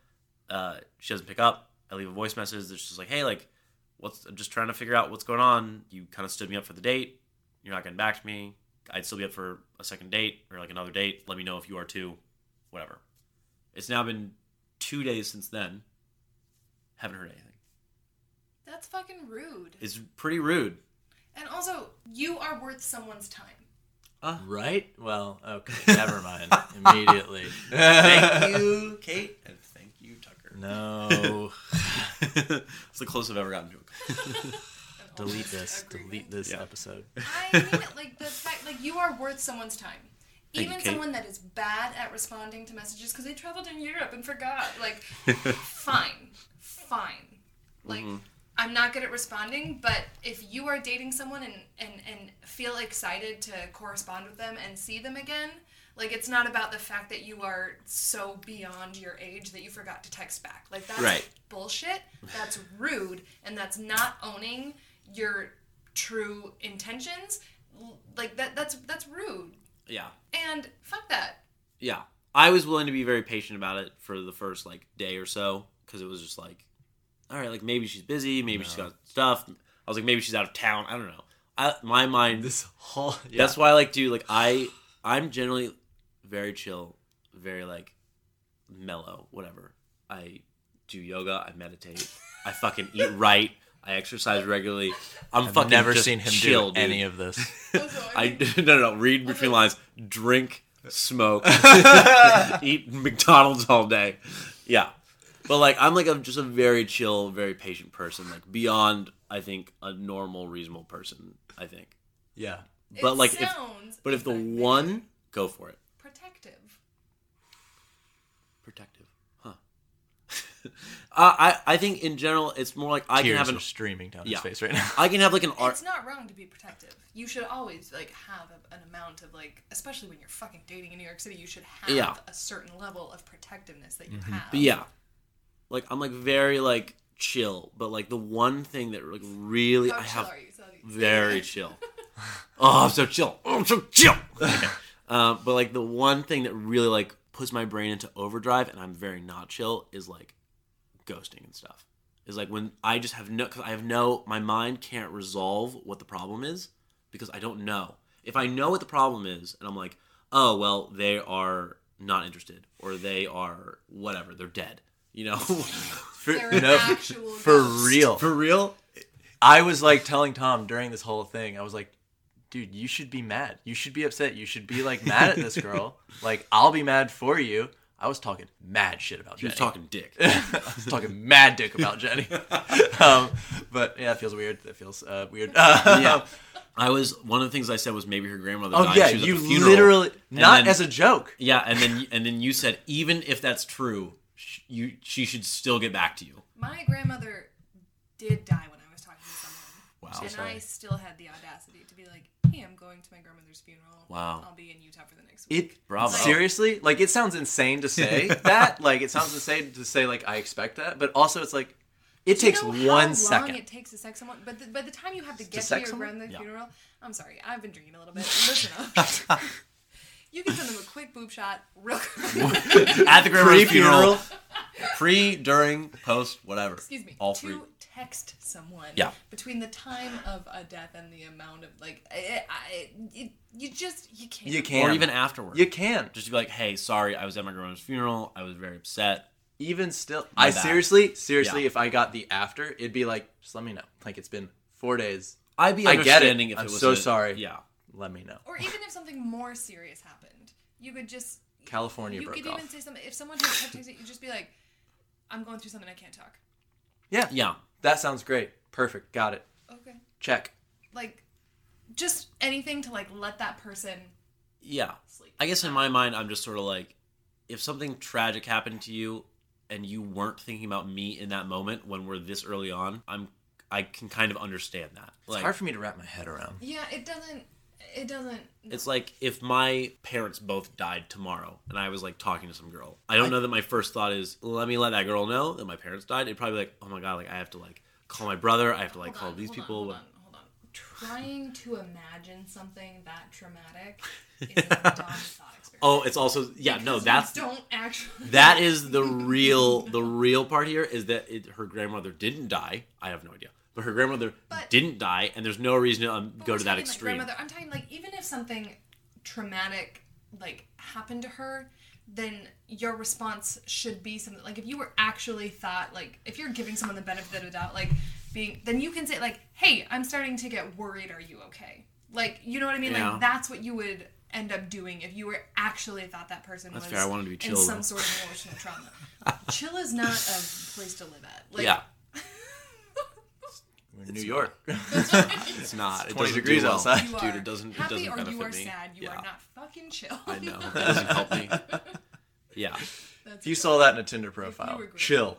S3: Uh, she doesn't pick up. I leave a voice message that's just like, hey, like, what's? I'm just trying to figure out what's going on. You kind of stood me up for the date. You're not getting back to me. I'd still be up for a second date or like another date. Let me know if you are too. Whatever. It's now been two days since then. Haven't heard anything.
S4: That's fucking rude.
S3: It's pretty rude.
S4: And also, you are worth someone's time.
S2: Right? Well, okay. Never (laughs) mind. Immediately.
S3: (laughs) Thank you, Kate, and thank you, Tucker.
S2: No.
S3: (laughs) it's the closest I've ever gotten to a
S4: And all
S2: Delete
S4: this
S2: this.
S4: agreement.
S2: Delete this (laughs)
S3: Yeah.
S2: episode.
S4: I mean, like the fact, like you are worth someone's time.
S3: Thank you,
S4: Even
S3: Kate.
S4: someone that is bad at responding to messages because they traveled in Europe and forgot. Like, (laughs) fine, fine. Like,
S3: Mm-hmm.
S4: I'm not good at responding, but if you are dating someone and, and and feel excited to correspond with them and see them again, like it's not about the fact that you are so beyond your age that you forgot to text back. Like that's
S3: Right.
S4: bullshit. That's rude, and that's not owning your true intentions. L- Like that. That's that's rude.
S3: Yeah.
S4: And fuck
S3: (laughs)
S4: that.
S3: Yeah. I was willing to be very patient about it for the first like day or so because it was just like, all right, like maybe she's busy, maybe she's got stuff. I was like, maybe she's out of town. I don't know. I, my
S2: (laughs)
S3: mind.
S2: This whole.
S3: That's why I like do like I I'm generally very chill, very like mellow, whatever. I do yoga, I meditate, I fucking eat
S2: (laughs)
S3: right, I exercise regularly. I'm
S2: I've
S3: fucking
S2: never
S3: just
S2: seen him
S3: chill,
S2: do
S3: dude.
S2: any of this.
S4: Also, I
S3: I
S4: mean,
S3: (laughs) no no no read between lines,
S4: (laughs)
S3: drink, smoke, eat McDonald's all day. Yeah. But like I'm like I'm just a very chill, very patient person, like beyond I think a normal, reasonable person. I think.
S2: (laughs) Yeah.
S3: But like if
S4: sounds
S3: but if the
S4: effective.
S3: one go for it.
S4: protective.
S3: Protective. Huh. uh, I I think in general it's more like I
S2: Tears
S3: can have an
S2: are streaming down
S3: Yeah.
S2: his face right now. (laughs)
S3: I can have like an art.
S4: It's not wrong to be protective. You should always like have a, an amount of like, especially when you're fucking dating in New York City, you should have
S3: Yeah.
S4: a certain level of protectiveness that you have. Oh,
S3: But yeah, like I'm like very like chill, but like the one thing that like really
S4: How
S3: I
S4: chill
S3: have
S4: are you? So-
S3: very chill. oh, I'm so chill. Oh, I'm so chill. uh, but like the one thing that really like puts my brain into overdrive, and I'm very not chill, is like ghosting and stuff. Is like when I just have no, cause I have no, my mind can't resolve what the problem is because I don't know. If I know what the problem is, and I'm like, oh well, they are not interested, or they are whatever, they're dead. You know, (laughs)
S2: For,
S4: They're an
S2: no,
S4: actual
S2: for
S4: ghost.
S2: real.
S3: for real.
S2: I was like telling Tom during this whole thing, I was like, dude, you should be mad. You should be upset. You should be like mad at this girl. (laughs) like, I'll be mad for you. I was talking mad shit about
S3: He
S2: Jenny.
S3: was talking dick.
S2: (laughs) I was
S3: (laughs)
S2: talking mad dick about Jenny. (laughs) um, but yeah, it feels weird. That feels uh, weird. (laughs) yeah.
S3: (laughs) I was one of the things I said was maybe her grandmother.
S2: Oh
S3: died.
S2: yeah,
S3: she was at
S2: you
S3: the funeral.
S2: literally not
S3: then-
S2: as a joke.
S3: Yeah, and then and then you said even if that's true, sh- you she should still get back to you.
S4: My grandmother did die when I was talking to someone.
S3: Wow.
S4: and I
S2: sorry.
S4: still had the audacity to be like, hey, I'm going to my grandmother's funeral.
S3: Wow.
S4: I'll be in Utah for the next week.
S2: It
S3: Bravo.
S2: seriously like it sounds insane to say that. Like it sounds insane to say like I expect that, but also it's like it
S4: Do you
S2: takes
S4: know
S2: one second.
S4: how long it takes to sex someone, but the, by the time you have to get to,
S2: sex
S4: your
S2: someone?
S4: grandmother's
S3: Yeah.
S4: funeral, I'm sorry, I've been drinking a little bit. Listen
S2: (laughs)
S4: up. you can send them a quick boob shot real quick.
S3: At the grandmother's
S2: Pre-funeral.
S3: funeral, pre, during, post,
S4: (laughs)
S3: whatever.
S4: Excuse me.
S3: All
S4: to
S3: free.
S4: text someone
S3: Yeah.
S4: between the time of a death and the amount of like I, I, it, you just you can't
S2: You can
S3: Or even afterwards.
S2: You can.
S3: just be like, hey, sorry, I was at my grandmother's funeral. I was very upset.
S2: Even still,
S3: My
S2: I
S3: bad.
S2: seriously, seriously,
S3: Yeah.
S2: if I got the after, it'd be like, just let me know. Like it's been four days.
S3: I'd be
S2: I get it.
S3: understanding if
S2: I'm
S3: it was
S2: so
S3: a-
S2: sorry.
S3: Yeah.
S2: Let me know.
S4: or even if something more serious happened, you could just
S2: California
S4: You
S2: broke
S4: could
S2: off.
S4: even say something if someone had kept texting, you just be like, "I'm going through something, I can't talk."
S2: yeah,
S3: Yeah.
S2: that sounds great. Perfect. Got it.
S4: Okay,
S2: Check.
S4: like just anything to like let that person
S3: Yeah.
S4: sleep.
S3: I guess in my mind, I'm just sort of like, if something tragic happened to you and you weren't thinking about me in that moment when we're this early on, I'm I can kind of understand that.
S2: It's
S3: Like,
S2: hard for me to wrap my head around.
S4: yeah, it doesn't. It doesn't.
S3: It's like if my parents both died tomorrow and I was like talking to some girl. I don't know that my first thought is, let me let that girl know that my parents died. It'd probably be like, oh my God, like I have to like call my brother. I have to like
S4: Hold
S3: call
S4: on,
S3: these
S4: hold on,
S3: people.
S4: hold on, hold on.
S3: (laughs)
S4: Trying to imagine something that traumatic is a dumb thought experience.
S3: Oh, it's also, yeah, no,
S4: Because you
S3: that's,
S4: don't actually.
S3: that is the real, the real part here is that it, her grandmother didn't die. I have no idea. But her grandmother
S4: But-
S3: didn't die and there's no reason to um,
S4: But
S3: go
S4: we're
S3: to that
S4: talking,
S3: extreme.
S4: Like grandmother, I'm talking like even if something traumatic like happened to her, then your response should be something like if you were actually thought like if you're giving someone the benefit of the doubt like being then you can say like hey I'm starting to get worried are you okay like you know what I mean
S3: Yeah.
S4: like that's what you would end up doing if you were actually thought that person was
S3: fair. I wanted to be chill,
S4: in some
S3: though.
S4: sort of emotional trauma.
S3: (laughs)
S4: chill is not a place to live at. Like,
S3: yeah.
S2: We're in New York. (laughs)
S3: It's not. It
S2: 20
S3: doesn't do
S2: degrees
S3: well. (laughs)
S2: outside.
S4: You
S3: Dude,
S4: are
S3: it doesn't, it
S4: happy
S3: doesn't
S4: or
S3: benefit
S4: you are
S3: me.
S4: sad. You
S3: yeah.
S4: are not fucking chill.
S3: I know.
S4: (laughs)
S3: It doesn't help me. (laughs) Yeah.
S4: That's
S2: If you
S4: good.
S2: saw that in a Tinder profile,
S4: were great.
S2: chill.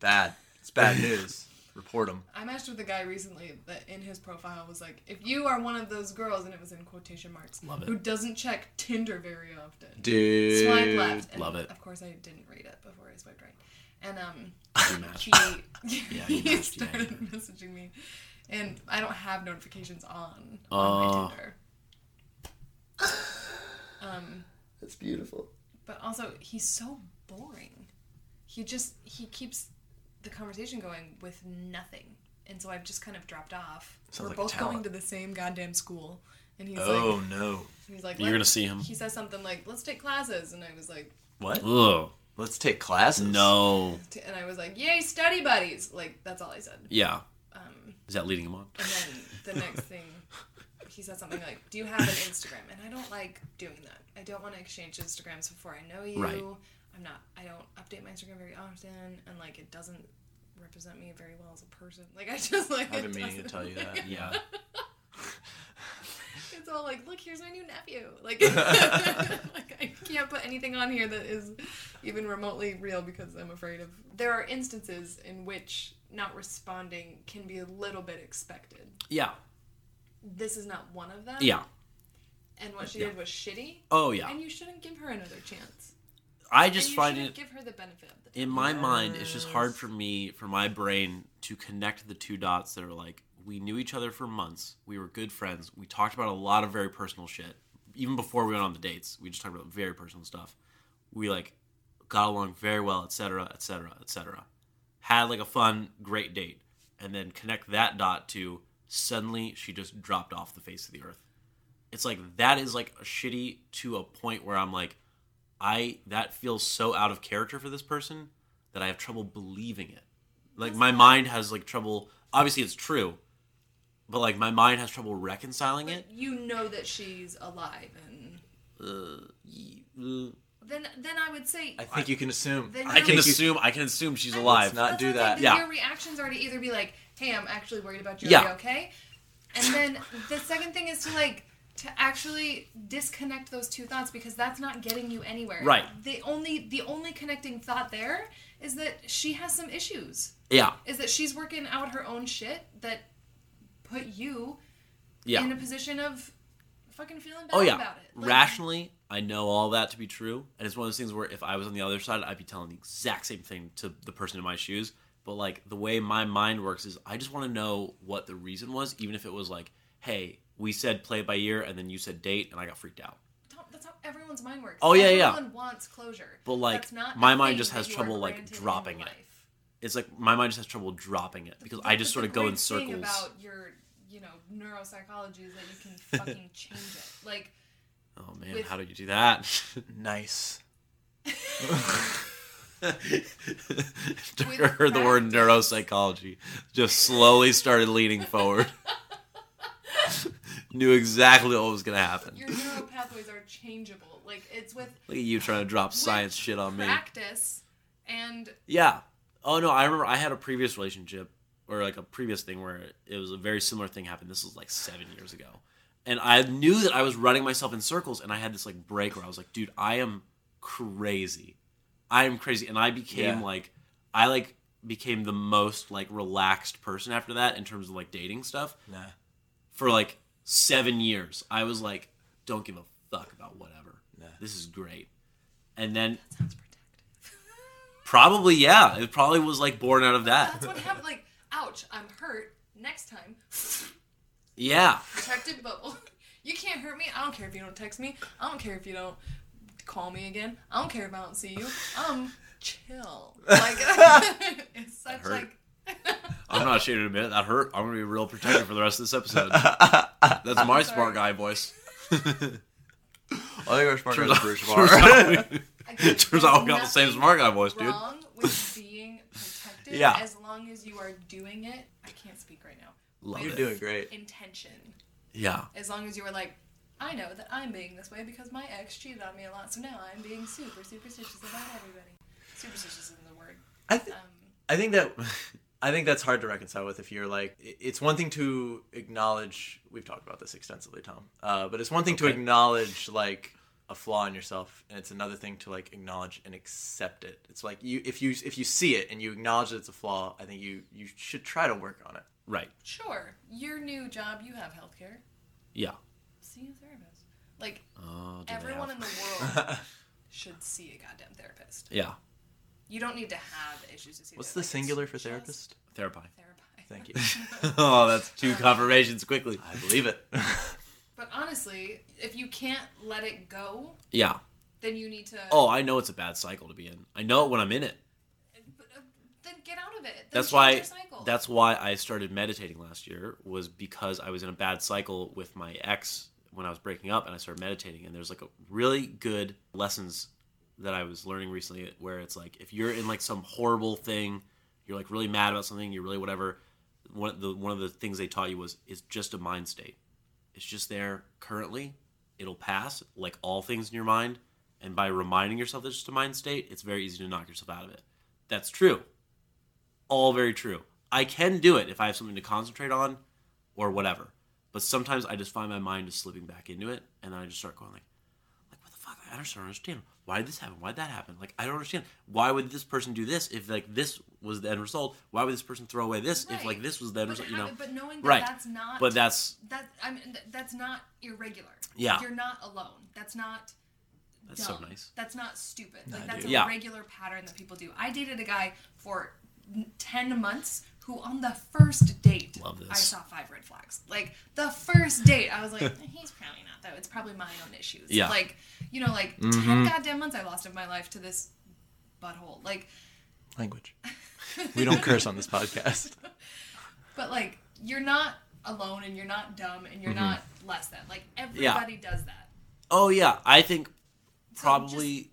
S2: Bad. It's bad news. Report them.
S4: I matched with a guy recently that in his profile was like, if you are one of those girls, and it was in quotation marks,
S3: Love it.
S4: who doesn't check Tinder very often.
S2: Dude.
S4: Swipe left. And
S3: love it.
S4: Of course, I didn't read it before I swiped right. And um,
S3: You match.
S4: he,
S3: you
S4: (laughs) he
S3: matched, yeah, you
S4: started messaging me. And I don't have notifications on, on
S3: Oh.
S4: my Tinder. Um,
S2: That's beautiful.
S4: But also, he's so boring. He just he keeps the conversation going with nothing, and so I've just kind of dropped off.
S2: Sounds
S4: We're
S2: like a
S4: both going
S2: talent.
S4: to the same goddamn school, and he's
S2: Oh
S4: like,
S2: no.
S4: he's like,
S3: You're
S4: "Let-"
S3: gonna see him.
S4: He says something like, "Let's take classes," and I was like,
S2: What?
S3: Ugh.
S2: Let's take classes.
S3: No.
S4: t- and I was like, "Yay, study buddies!" Like that's all I
S3: (laughs)
S4: said.
S3: Yeah.
S4: Um,
S3: Is that leading
S4: (laughs)
S3: him on?
S4: and then the next thing, he said something like, "Do you have an Instagram?" And I don't like doing that. I don't want to exchange Instagrams before I know you.
S3: Right.
S4: I I'm not. I don't update my Instagram very often, and like it doesn't represent me very well as a person. Like I just like.
S2: I've been
S4: it
S2: meaning to
S4: doesn't-
S2: tell you
S4: (laughs)
S2: that.
S3: Yeah.
S4: It's all like, look, here's my new nephew.
S3: (laughs)
S4: Like, (laughs) like I can't put anything on here that is even remotely real because I'm afraid of. There are instances in which not responding can be a little bit expected.
S3: Yeah.
S4: This is not one of them.
S3: Yeah.
S4: And what she
S3: Yeah.
S4: did was shitty.
S3: Oh yeah.
S4: Um, And you shouldn't give her another chance.
S3: I just
S4: and you
S3: find
S4: shouldn't
S3: it
S4: give her the benefit of the
S3: in my mind it's just hard for me for my brain to connect the two dots that are like we knew each other for months we were good friends we talked about a lot of very personal shit even before we went on the dates we just talked about very personal stuff we like got along very well etc etc etc had like a fun great date and then connect that dot to suddenly she just dropped off the face of the earth it's like that is like a shitty to a point where i'm like I that feels so out of character for this person that I have trouble believing it. Like my mind has like trouble. Obviously, it's true, but like my mind has trouble reconciling it.
S4: You know that she's alive, and
S3: Uh,
S4: then then I would say
S2: I think you can assume.
S4: Then
S3: I
S4: you're-
S3: can
S4: Thank you.
S3: assume. I can assume she's
S4: I
S3: alive.
S2: Let's not
S4: That's
S2: do
S4: what I'm
S2: that.
S4: saying,
S3: Yeah.
S4: Your reactions are to either be like, "Hey, I'm actually worried about you. Are
S3: Yeah.
S4: you okay?" And then the second thing is to like to actually disconnect those two thoughts because that's not getting you anywhere.
S3: Right.
S4: The only the only connecting thought there is that she has some issues.
S3: yeah,
S4: Is that she's working out her own shit that put you
S3: yeah.
S4: in a position of fucking feeling bad
S3: oh yeah.
S4: about it. Like,
S3: Rationally, I know all that to be true, and it's one of those things where if I was on the other side, I'd be telling the exact same thing to the person in my shoes. But like the way my mind works is, I just want to know what the reason was, even if it was like, "Hey, we said play it by ear, and then you said date, and I got freaked out."
S4: don't- That's how everyone's mind works.
S3: Oh, yeah, yeah.
S4: Everyone wants closure.
S3: But, like,
S4: That's not
S3: my
S4: the
S3: mind
S4: thing
S3: just
S4: that
S3: has
S4: you are
S3: trouble, like,
S4: granted in
S3: dropping it.
S4: life.
S3: It's like my mind just has trouble dropping it because I
S4: That's
S3: just
S4: the
S3: sort of go in
S4: great thing
S3: circles.
S4: about your, you know, neuropsychology is that you can fucking change it. Like,
S3: oh man,
S4: with-
S3: how do you do that?
S2: (laughs)
S3: (laughs)
S2: Nice.
S3: (laughs) Heard the word
S4: practice.
S3: neuropsychology just slowly started
S4: (laughs)
S3: leaning forward. (laughs) Knew exactly what was gonna happen.
S4: your neural pathways are changeable. Like, it's with
S3: Look at you trying to drop science
S4: with
S3: shit on me.
S4: Practice and
S3: Yeah. Oh no, I remember I had a previous relationship or like a previous thing where it was a very similar thing happened. This was like seven years ago. And I knew that I was running myself in circles and I had this like break where I was like, dude, I am crazy. I am crazy. And I became
S2: Yeah.
S3: like I like became the most like relaxed person after that in terms of like dating stuff
S2: Nah.
S3: for like seven years. I was like, don't give a fuck about whatever.
S2: Nah.
S3: This is great. And then
S4: that sounds protective.
S3: probably yeah, it probably was like born out of that.
S4: That's what happened. Like, ouch, I'm hurt. Next time,
S3: Yeah.
S4: protected bubble. (laughs) You can't hurt me. I don't care if you don't text me. I don't care if you don't call me again. I don't care if I don't see you. Um, chill. Like, (laughs) it's such
S3: hurt.
S4: like.
S3: I'm not ashamed to admit it. That hurt. I'm gonna be real protective for the rest of this episode. That's my smart guy voice.
S2: I think our smart
S3: Turns
S2: guys are
S3: out, (laughs)
S2: pretty
S3: turns
S2: smart.
S3: out,
S4: Again,
S3: (laughs) turns out we got the
S4: there's
S3: same smart guy voice,
S4: nothing
S3: dude.
S4: Wrong
S2: (laughs)
S4: with being protected.
S3: Yeah.
S4: As long as you are doing it, I can't speak right now.
S3: Love
S2: You're
S3: it.
S2: doing great.
S4: Intention.
S3: Yeah.
S4: As long as you are like, I know that I'm being this way because my ex cheated on me a lot, so now I'm being super superstitious about everybody. Superstitious isn't the word.
S2: I think.
S4: Um,
S2: I think that (laughs) I think that's hard to reconcile with if you're like i- it's one thing to acknowledge we've talked about this extensively, Tom. Uh, but it's one thing to
S3: Okay.
S2: acknowledge like a flaw in yourself, and it's another thing to like acknowledge and accept it. It's like you if you if you see it and you acknowledge that it's a flaw, I think you you should try to work on it.
S3: Right.
S4: sure, your new job, you have healthcare.
S3: Yeah.
S4: See a therapist. Like
S3: Oh, do they
S4: everyone
S3: have-
S4: in the world
S2: (laughs)
S4: should see a goddamn therapist.
S3: Yeah.
S4: You don't need to have issues to see.
S2: What's
S4: therapists.
S2: the singular for
S4: Just
S2: therapist?
S3: Therapy. (laughs)
S4: Therapy.
S2: (laughs) Thank you.
S3: oh, that's two confirmations quickly.
S2: I believe it.
S4: But honestly, if you can't let it go,
S3: Yeah.
S4: then you need to.
S3: Oh, I know it's a bad cycle to be in. I know it when I'm in it.
S4: But, uh, Then get out of it. Then
S3: that's
S4: change
S3: why
S4: your cycle.
S3: that's why I started meditating last year was because I was in a bad cycle with my ex when I was breaking up and I started meditating and there's like a really good lessons that I was learning recently where it's like if you're in like some horrible thing, you're like really mad about something, you're really whatever, one of the one of the things they taught you was it's just a mind state. It's just there currently. It'll pass like all things in your mind. And by reminding yourself that it's just a mind state, it's very easy to knock yourself out of it. That's true. All very true. I can do it if I have something to concentrate on or whatever. But sometimes I just find my mind just slipping back into it and then I just start going like, like what the fuck? I just don't understand. Why did this happen? Why did that happen? Like I don't understand. Why would this person do this if like this was the end result? Why would this person throw away this if like
S4: Right.
S3: this was the end
S4: but,
S3: result? You know.
S4: having- but knowing that
S3: right.
S4: that's not
S3: But that's
S4: that I mean, th- that's not irregular.
S3: Yeah.
S4: you're not alone. That's not.
S3: That's so
S4: dumb.
S3: nice.
S4: That's not stupid. Like that's
S3: dude.
S4: a
S3: Yeah.
S4: regular pattern that people do. I dated a guy for n- ten months who, on the first date,
S3: Love this.
S4: I saw five red flags. Like the first date, I was like,
S3: (laughs)
S4: he's probably not though. It's probably my own issues.
S3: Yeah. Mm-hmm.
S4: Like you know, like ten goddamn months I lost of my life to this butthole. Like,
S2: (laughs) Language. (laughs) We don't curse on this podcast.
S4: but like you're not alone and you're not dumb and
S3: Mm-hmm.
S4: you're not less than. Like everybody does that.
S3: Oh yeah, I think
S4: So
S3: probably
S4: just-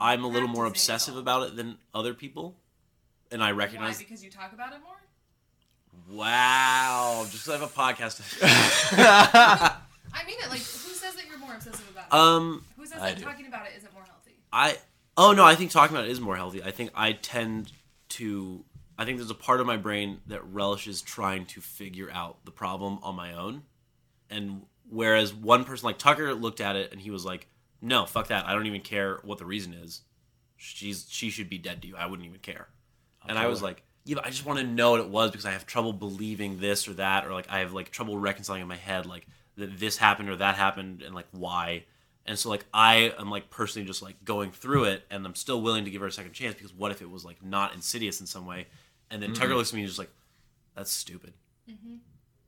S3: I'm a little more
S4: practicing it
S3: obsessive
S4: all.
S3: about it than other people, and I
S4: Why?
S3: recognize.
S4: Because you talk about it more.
S3: Wow, just 'cause I have a podcast. (laughs)
S4: I mean it. Like, who says that you're more obsessive about it?
S3: um,
S4: who says
S2: I
S4: that
S2: do.
S4: talking about it isn't more healthy?
S3: I oh no, I think talking about it is more healthy. I think I tend to. I think there's a part of my brain that relishes trying to figure out the problem on my own, and whereas one person like Tucker looked at it and he was like, "No, fuck that. I don't even care what the reason is. She's she should be dead to you. I wouldn't even care." and I was like, yeah, but I just want to know what it was because I have trouble believing this or that, or like I have like trouble reconciling in my head like that this happened or that happened and like why. And so like I am like personally just like going through it, and I'm still willing to give her a second chance because what if it was like not insidious in some way? And then Tucker looks at me and is just like, that's stupid.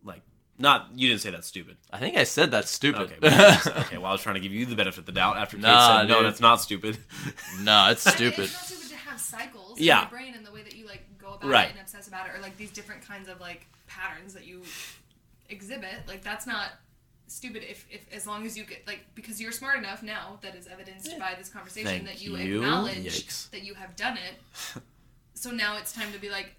S3: Like not you didn't say that's stupid.
S2: I think I said that's stupid.
S3: Okay, well, (laughs) okay. Well, I was trying to give you the benefit of the doubt after Kate
S2: Nah,
S3: said no,
S2: dude.
S3: that's not stupid. (laughs)
S2: (laughs) no, it's
S4: I mean,
S2: stupid.
S4: It's not stupid to have cycles in
S3: Yeah.
S4: your brain and the way that you like go about
S3: Right.
S4: it and obsess about it, or like these different kinds of like patterns that you exhibit. Like that's not stupid if, if as long as you get like because you're smart enough now that is evidenced by this conversation
S3: Thank
S4: that you,
S3: you.
S4: acknowledge
S2: Yikes.
S4: that you have done it.
S3: (laughs)
S4: so now it's time to be like,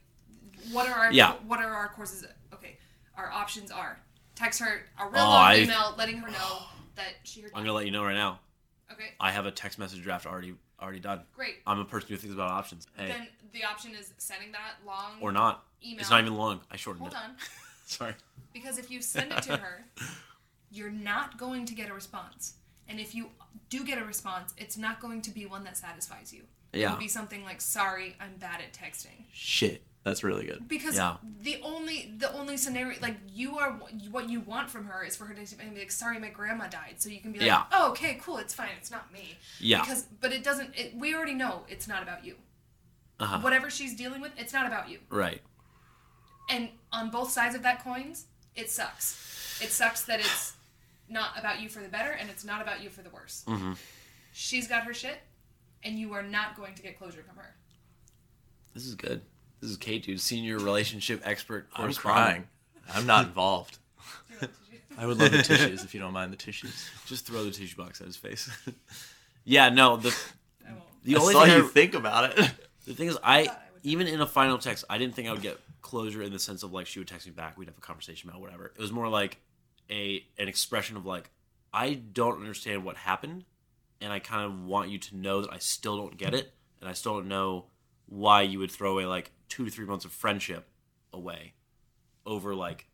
S4: what are our
S3: Yeah.
S4: what are our courses? Okay, our options are text her a real
S3: Oh,
S4: long
S3: I-
S4: email letting her know that she heard.
S3: I'm gonna let you know right now.
S4: okay,
S3: I have a text message draft already already done.
S4: great.
S3: I'm a person who thinks about options. Hey,
S4: Then the option is sending that long
S3: or not.
S4: email.
S3: It's not even long. I shortened
S4: Hold
S3: it.
S4: on,
S3: (laughs) Sorry.
S4: because if you send it to
S3: (laughs)
S4: her, you're not going to get a response. And if you do get a response, it's not going to be one that satisfies you.
S3: Yeah.
S4: It'll be something like, "Sorry, I'm bad at texting."
S2: Shit. That's really good.
S4: Because
S3: Yeah.
S4: the only the only scenario like you are what you want from her is for her to be like, "Sorry, my grandma died," so you can be like,
S3: Yeah.
S4: "Oh, okay, cool, it's fine, it's not me."
S3: Yeah.
S4: Because but it doesn't. It, we already know it's not about you.
S3: Uh-huh.
S4: Whatever she's dealing with, it's not about you.
S3: Right.
S4: and on both sides of that coins it sucks it sucks that it's not about you for the better and it's not about you for the worse
S3: Mm-hmm.
S4: she's got her shit and you are not going to get closure from her
S3: This is good. This is Kate, dude, senior relationship expert.
S2: I'm
S3: correspondent.
S2: crying. I'm not (laughs) involved. I would love the tissues if you don't mind the tissues.
S3: (laughs) Just throw the tissue box at his face. (laughs) yeah. No. The
S4: i won't
S3: the
S2: I
S3: only
S2: saw
S3: thing I-
S2: you think about it. (laughs)
S3: the thing is, I
S4: thought I would-
S3: even in a final text, I didn't think I would get closure in the sense of like she would text me back, we'd have a conversation about whatever. It was more like a an expression of like I don't understand what happened, and I kind of want you to know that I still don't get it, and I still don't know why you would throw away like two to three months of friendship away over like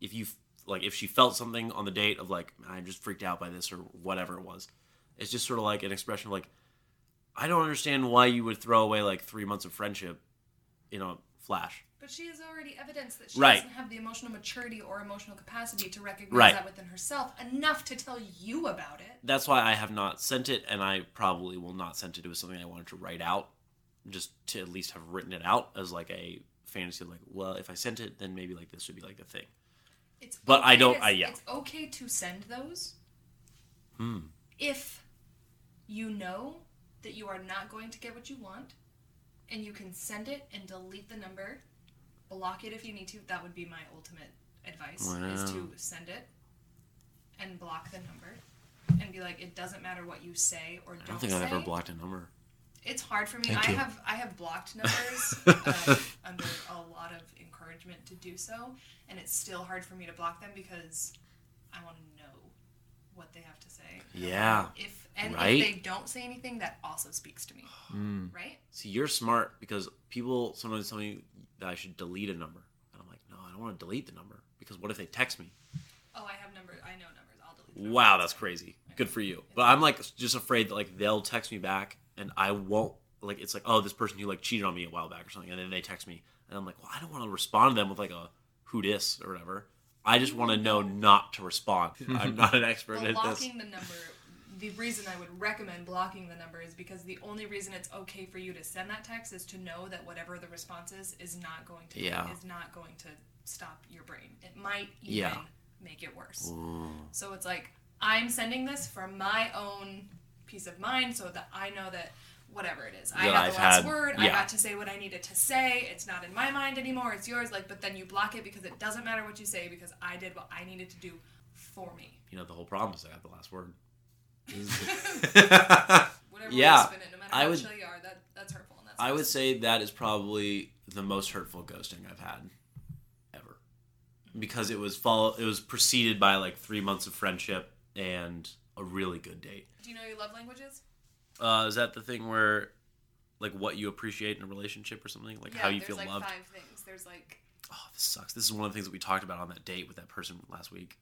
S3: if you like if she felt something on the date of like I'm just freaked out by this or whatever it was. It's just sort of like an expression of like I don't understand why you would throw away like three months of friendship in a flash.
S4: but she has already evidenced that she
S3: Right.
S4: doesn't have the emotional maturity or emotional capacity to recognize
S3: Right.
S4: that within herself enough to tell you about it
S3: That's why I have not sent it, and I probably will not send it. It was something I wanted to write out, just to at least have written it out as like a fantasy. Like, well, if I sent it, then maybe like this would be like the thing.
S4: it's
S3: But I
S4: okay
S3: don't-
S4: to-
S3: I- yeah. Hmm.
S4: it's okay to send those if you know that you are not going to get what you want and you can send it and delete the number block it if you need to that would be my ultimate advice is to send it and block the number and be like it doesn't matter what you say or don't,
S3: I don't think
S4: say
S3: I've ever blocked a number.
S4: it's hard for me
S2: Thank
S4: i
S2: you.
S4: have i have
S3: (laughs)
S4: blocked numbers um, under a lot of encouragement to do so and it's still hard for me to block them because i want to know what they have to say.
S3: Yeah.
S4: If and
S3: Right. Hmm.
S4: if they don't say anything, that also speaks to me, right?
S3: See, you're smart because people sometimes tell me that I should delete a number. And I'm like, no, I don't want to delete the number because what if they text me?
S4: Oh, I have numbers. I know numbers. I'll delete. them.
S3: Wow, that's crazy. Good for you. But I'm like just afraid that like they'll text me back and I won't like it's like, oh, this person who like cheated on me a while back or something, and then they text me and I'm like, well, I don't want to respond to them with like a who dis or whatever. I just want to know not to respond. I'm not an expert at this.
S4: Blocking the number. The reason I would recommend blocking the number is because the only reason it's okay for you to send that text is to know that whatever the response is is not going to
S3: Yeah.
S4: is not going to stop your brain. It might even
S3: Yeah.
S4: make it worse. So it's like I'm sending this for my own peace of mind, so that I know that whatever it is, I
S3: That
S4: have the
S3: I've
S4: last
S3: had-
S4: word. I
S3: yeah.
S4: got to say what I needed to say. It's not in my mind anymore. It's yours. Like, but then you block it because it doesn't matter what you say because I did what I needed to do for me.
S3: You know, the whole problem is I got the last word.
S4: Whatever
S3: Yeah,
S4: yeah, spin it, no matter
S3: I
S4: how
S3: would-
S4: chill you are, that that's hurtful. And that's
S3: I would say that is probably the most hurtful ghosting I've had ever. Because it was follow it was preceded by like three months of friendship and a really good date.
S4: Do you know your love languages?
S3: Uh, is that the thing where, like, what you appreciate in a relationship or something, like how you
S4: there's
S3: feel
S4: like
S3: loved?
S4: five things. There's like
S3: Oh, this sucks. This is one of the things that we talked about on that date with that person last week.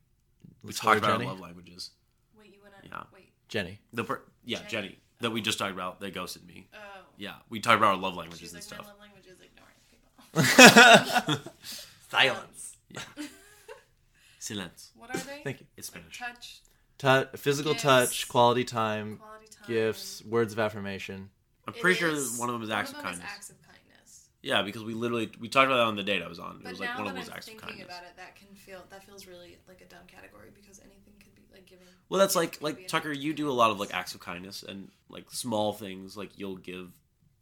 S3: We
S2: Let's go
S3: talked
S2: with
S3: about
S2: Jenny.
S3: our love languages.
S4: wait, you wanna
S3: Yeah.
S4: wait?
S2: (laughs) Jenny.
S3: The per- yeah, Jenny. that we just talked about that ghosted me.
S4: Oh,
S3: Yeah, we talked about our love
S4: she's
S3: languages
S4: like
S3: and stuff.
S4: my love language is ignoring people.
S3: (laughs)
S4: Silence.
S3: Silence.
S4: What are they?
S2: Thank you.
S3: It's Spanish.
S4: Touch,
S2: Tou- physical
S4: Gifts.
S2: touch, quality time,
S4: quality time,
S2: gifts, words of affirmation.
S3: I'm
S4: It
S3: pretty sure
S4: is-
S3: one of them is acts of
S4: them is
S3: kindness.
S4: acts of kindness.
S3: Yeah, because we literally we talked about that on the date I was on. It
S4: But
S3: was like
S4: now
S3: one
S4: that
S3: of those
S4: I'm
S3: acts of
S4: thinking
S3: kindness.
S4: about it, that can feel that feels really like a dumb category because anything could be like giving.
S3: Well, that's like
S4: could be
S3: like
S4: an
S3: Tucker.
S4: act of
S3: You do a lot of
S4: kindness.
S3: like acts of kindness and like small things. Like you'll give.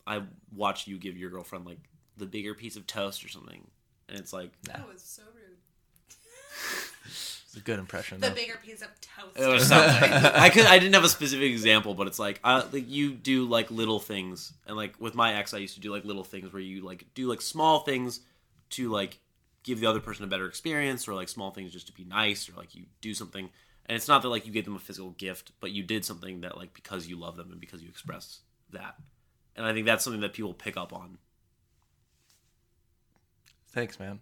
S3: I watch you give your girlfriend like the bigger piece of toast or something, and it's like
S4: That was so rude.
S2: It's a good impression.
S4: The
S2: though.
S4: bigger piece of toast. (laughs)
S3: it was (laughs) something. I could. I didn't have a specific example, but it's like I like you do like little things, and like with my ex, I used to do like little things where you like do like small things to like give the other person a better experience, or like small things just to be nice, or like you do something. And it's not that like you gave them a physical gift, but you did something that like because you love them and because you express that. And I think that's something that people pick up on.
S2: Thanks, man.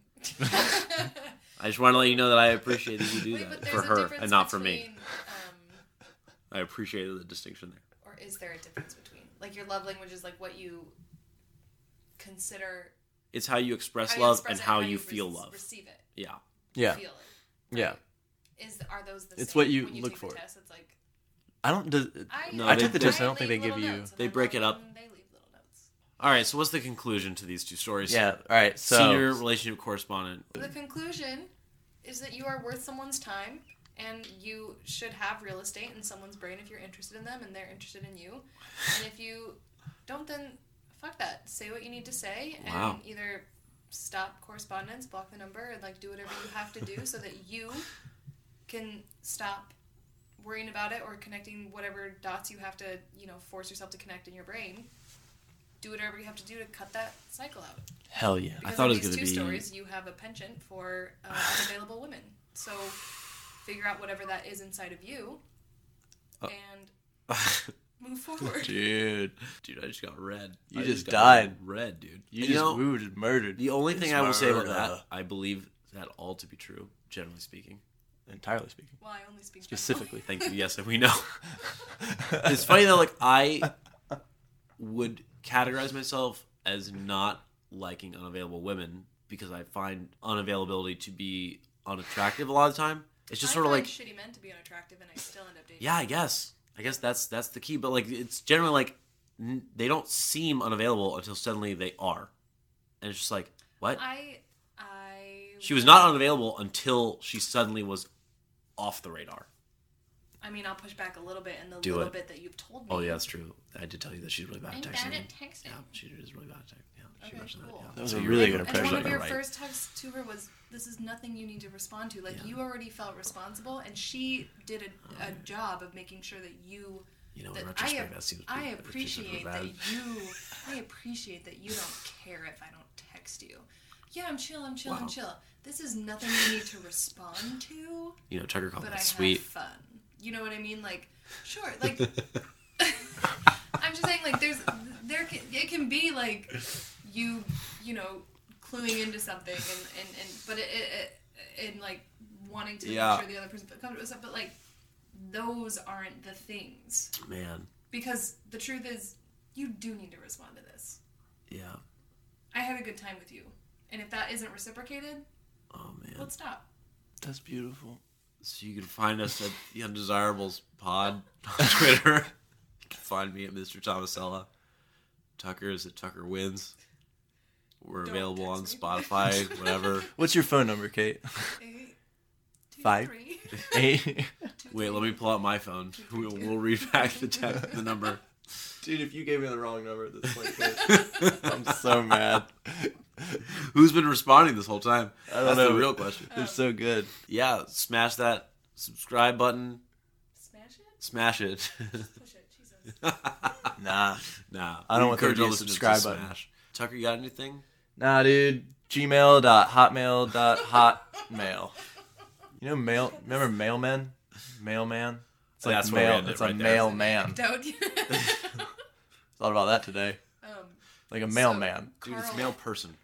S3: I just want to let you know that I appreciate that you do
S4: Wait, but
S3: that
S4: there's
S3: for
S4: a
S3: her
S4: difference
S3: and not for me.
S4: between, Um,
S3: I appreciate the distinction there.
S4: or is there a difference between like your love language is like what you consider
S3: It's how you express
S4: how you
S3: love
S4: express
S3: and
S4: it,
S3: how, you
S4: rec-
S3: feel love.
S4: receive it
S3: yeah.
S2: Yeah,
S4: feel it
S2: yeah.
S4: is are those the
S2: It's
S4: same?
S2: what you
S4: when
S2: look
S4: take
S2: for.
S4: The test, it's like
S2: I don't. Does,
S4: I,
S3: No, I they- took the
S2: test, I don't think
S4: leave
S2: they give
S4: little
S2: you-
S4: notes, and
S3: they
S4: I
S3: break
S4: love
S3: it up.
S4: when They leave little notes.
S3: All right, so what's the conclusion to these two stories?
S2: yeah. All right. So
S3: Senior relationship correspondent. (laughs)
S4: The conclusion is that you are worth someone's time, and you should have real estate in someone's brain if you're interested in them and they're interested in you. And if you don't, then fuck that. Say what you need to say, and
S3: Wow.
S4: either stop correspondence, block the number, and like do whatever you have to do so that you can stop worrying about it or connecting whatever dots you have to, you know, force yourself to connect in your brain. Do whatever you have to do to cut that cycle out.
S2: hell yeah.
S4: Because
S3: thought
S4: of
S3: it was
S4: these
S3: gonna
S4: two
S3: be-
S4: stories, you have a penchant for
S3: (sighs)
S4: uh, unavailable women. So figure out whatever that is inside of you,
S3: Uh,
S4: and
S3: (laughs)
S4: move forward.
S2: Dude,
S3: dude, I just got red.
S2: You
S3: I
S2: just
S3: got
S2: died.
S3: red, dude.
S2: you
S3: And you
S2: just
S3: know,
S2: wooed and murdered.
S3: the only thing I will say about
S2: Murder.
S3: that, I believe that all to be true, generally speaking.
S2: entirely speaking.
S4: Well, I only speak generally.
S2: Specifically.
S3: Thank you. Yes, we know. it's funny though. Like I would categorize myself as not liking unavailable women because I find unavailability to be unattractive a lot of the time. It's just
S4: I
S3: sort of
S4: find
S3: like
S4: shitty men to be unattractive, and I still end up dating.
S3: Yeah, I guess. I guess that's that's the key. But like, it's generally like n- they don't seem unavailable until suddenly they are, and it's just like what?
S4: I, I.
S3: she was not unavailable until she suddenly was off the radar.
S4: I mean, I'll push back a little bit in the
S3: Do
S4: little
S3: it.
S4: bit that you've told me.
S3: Oh yeah, that's true. I did tell you that she's really bad
S4: I'm
S3: at texting.
S4: bad at texting.
S3: Yeah, she is really bad at texting. Yeah, she
S4: Okay,
S3: mentioned
S4: cool.
S3: that. Yeah.
S2: That was a
S3: you're
S2: really
S3: right.
S2: good
S4: And
S2: impression.
S4: one of
S2: You're
S4: your
S3: right.
S4: first texts to her was, "This is nothing you need to respond to." Like
S3: Yeah.
S4: you already felt responsible, and she did a, a job of making sure that you
S3: You know, in
S4: that I,
S3: retrospect, that seems
S4: I
S3: pretty- pretty
S4: appreciate that
S3: bad.
S4: you
S3: (laughs)
S4: I appreciate that you don't care if I don't text you. Yeah, I'm chill, I'm chill,
S3: Wow.
S4: I'm chill. This is nothing you need to respond to,
S2: Oh,
S3: You know, Tucker called
S4: but I
S3: that sweet.
S4: have fun. you know what I mean? Like, sure,
S2: (laughs)
S4: like I'm just saying, like, there's there can, it can be like you you know cluing into something and and, and but it, it, it and like wanting to
S2: Yeah.
S4: make sure the other person feels comfortable with stuff, but like those aren't the things
S3: Man,
S4: because the truth is you do need to respond to this.
S3: yeah.
S4: I had a good time with you, and if that isn't reciprocated,
S3: Oh man,
S4: let's stop.
S3: that's beautiful. So you can find us at the Undesirables Pod on Twitter. you can find me at Mr. Tomasella. Tucker is at Tucker Wins. We're
S4: Don't
S3: available on
S4: text me. (laughs)
S3: Spotify, whatever.
S2: What's your phone number,
S3: (laughs)
S2: Kate?
S4: Eight, two,
S2: Five.
S4: three, (laughs)
S2: Eight.
S4: two,
S3: Wait,
S4: three.
S3: let me pull out my phone. We'll, we'll read back the, text, the number.
S2: Dude, if you gave me the wrong number at this
S3: (laughs)
S2: point, Kate, I'm so mad.
S3: Who's been responding this whole time?
S2: I don't
S3: That's
S2: know.
S3: the real question.
S2: They're so good.
S3: Yeah, smash that subscribe button.
S4: Smash it?
S3: Smash it. (laughs)
S4: Push it, Jesus.
S2: Nah.
S3: nah,
S2: I don't
S3: we
S2: want there
S3: encourage
S2: to be
S3: all
S2: a
S3: listeners
S2: subscribe button.
S3: Tucker, you got anything?
S2: Nah, dude. Gmail.hotmail.hotmail. You know, mail. Remember mailmen? Mailman? It's like
S3: That's where we
S2: mail.
S3: ended
S2: It's a
S3: right there.
S2: mailman.
S4: Don't you?
S2: Thought about that today.
S4: (laughs) um,
S2: Like a mailman.
S4: Carl,
S3: Dude, it's male person.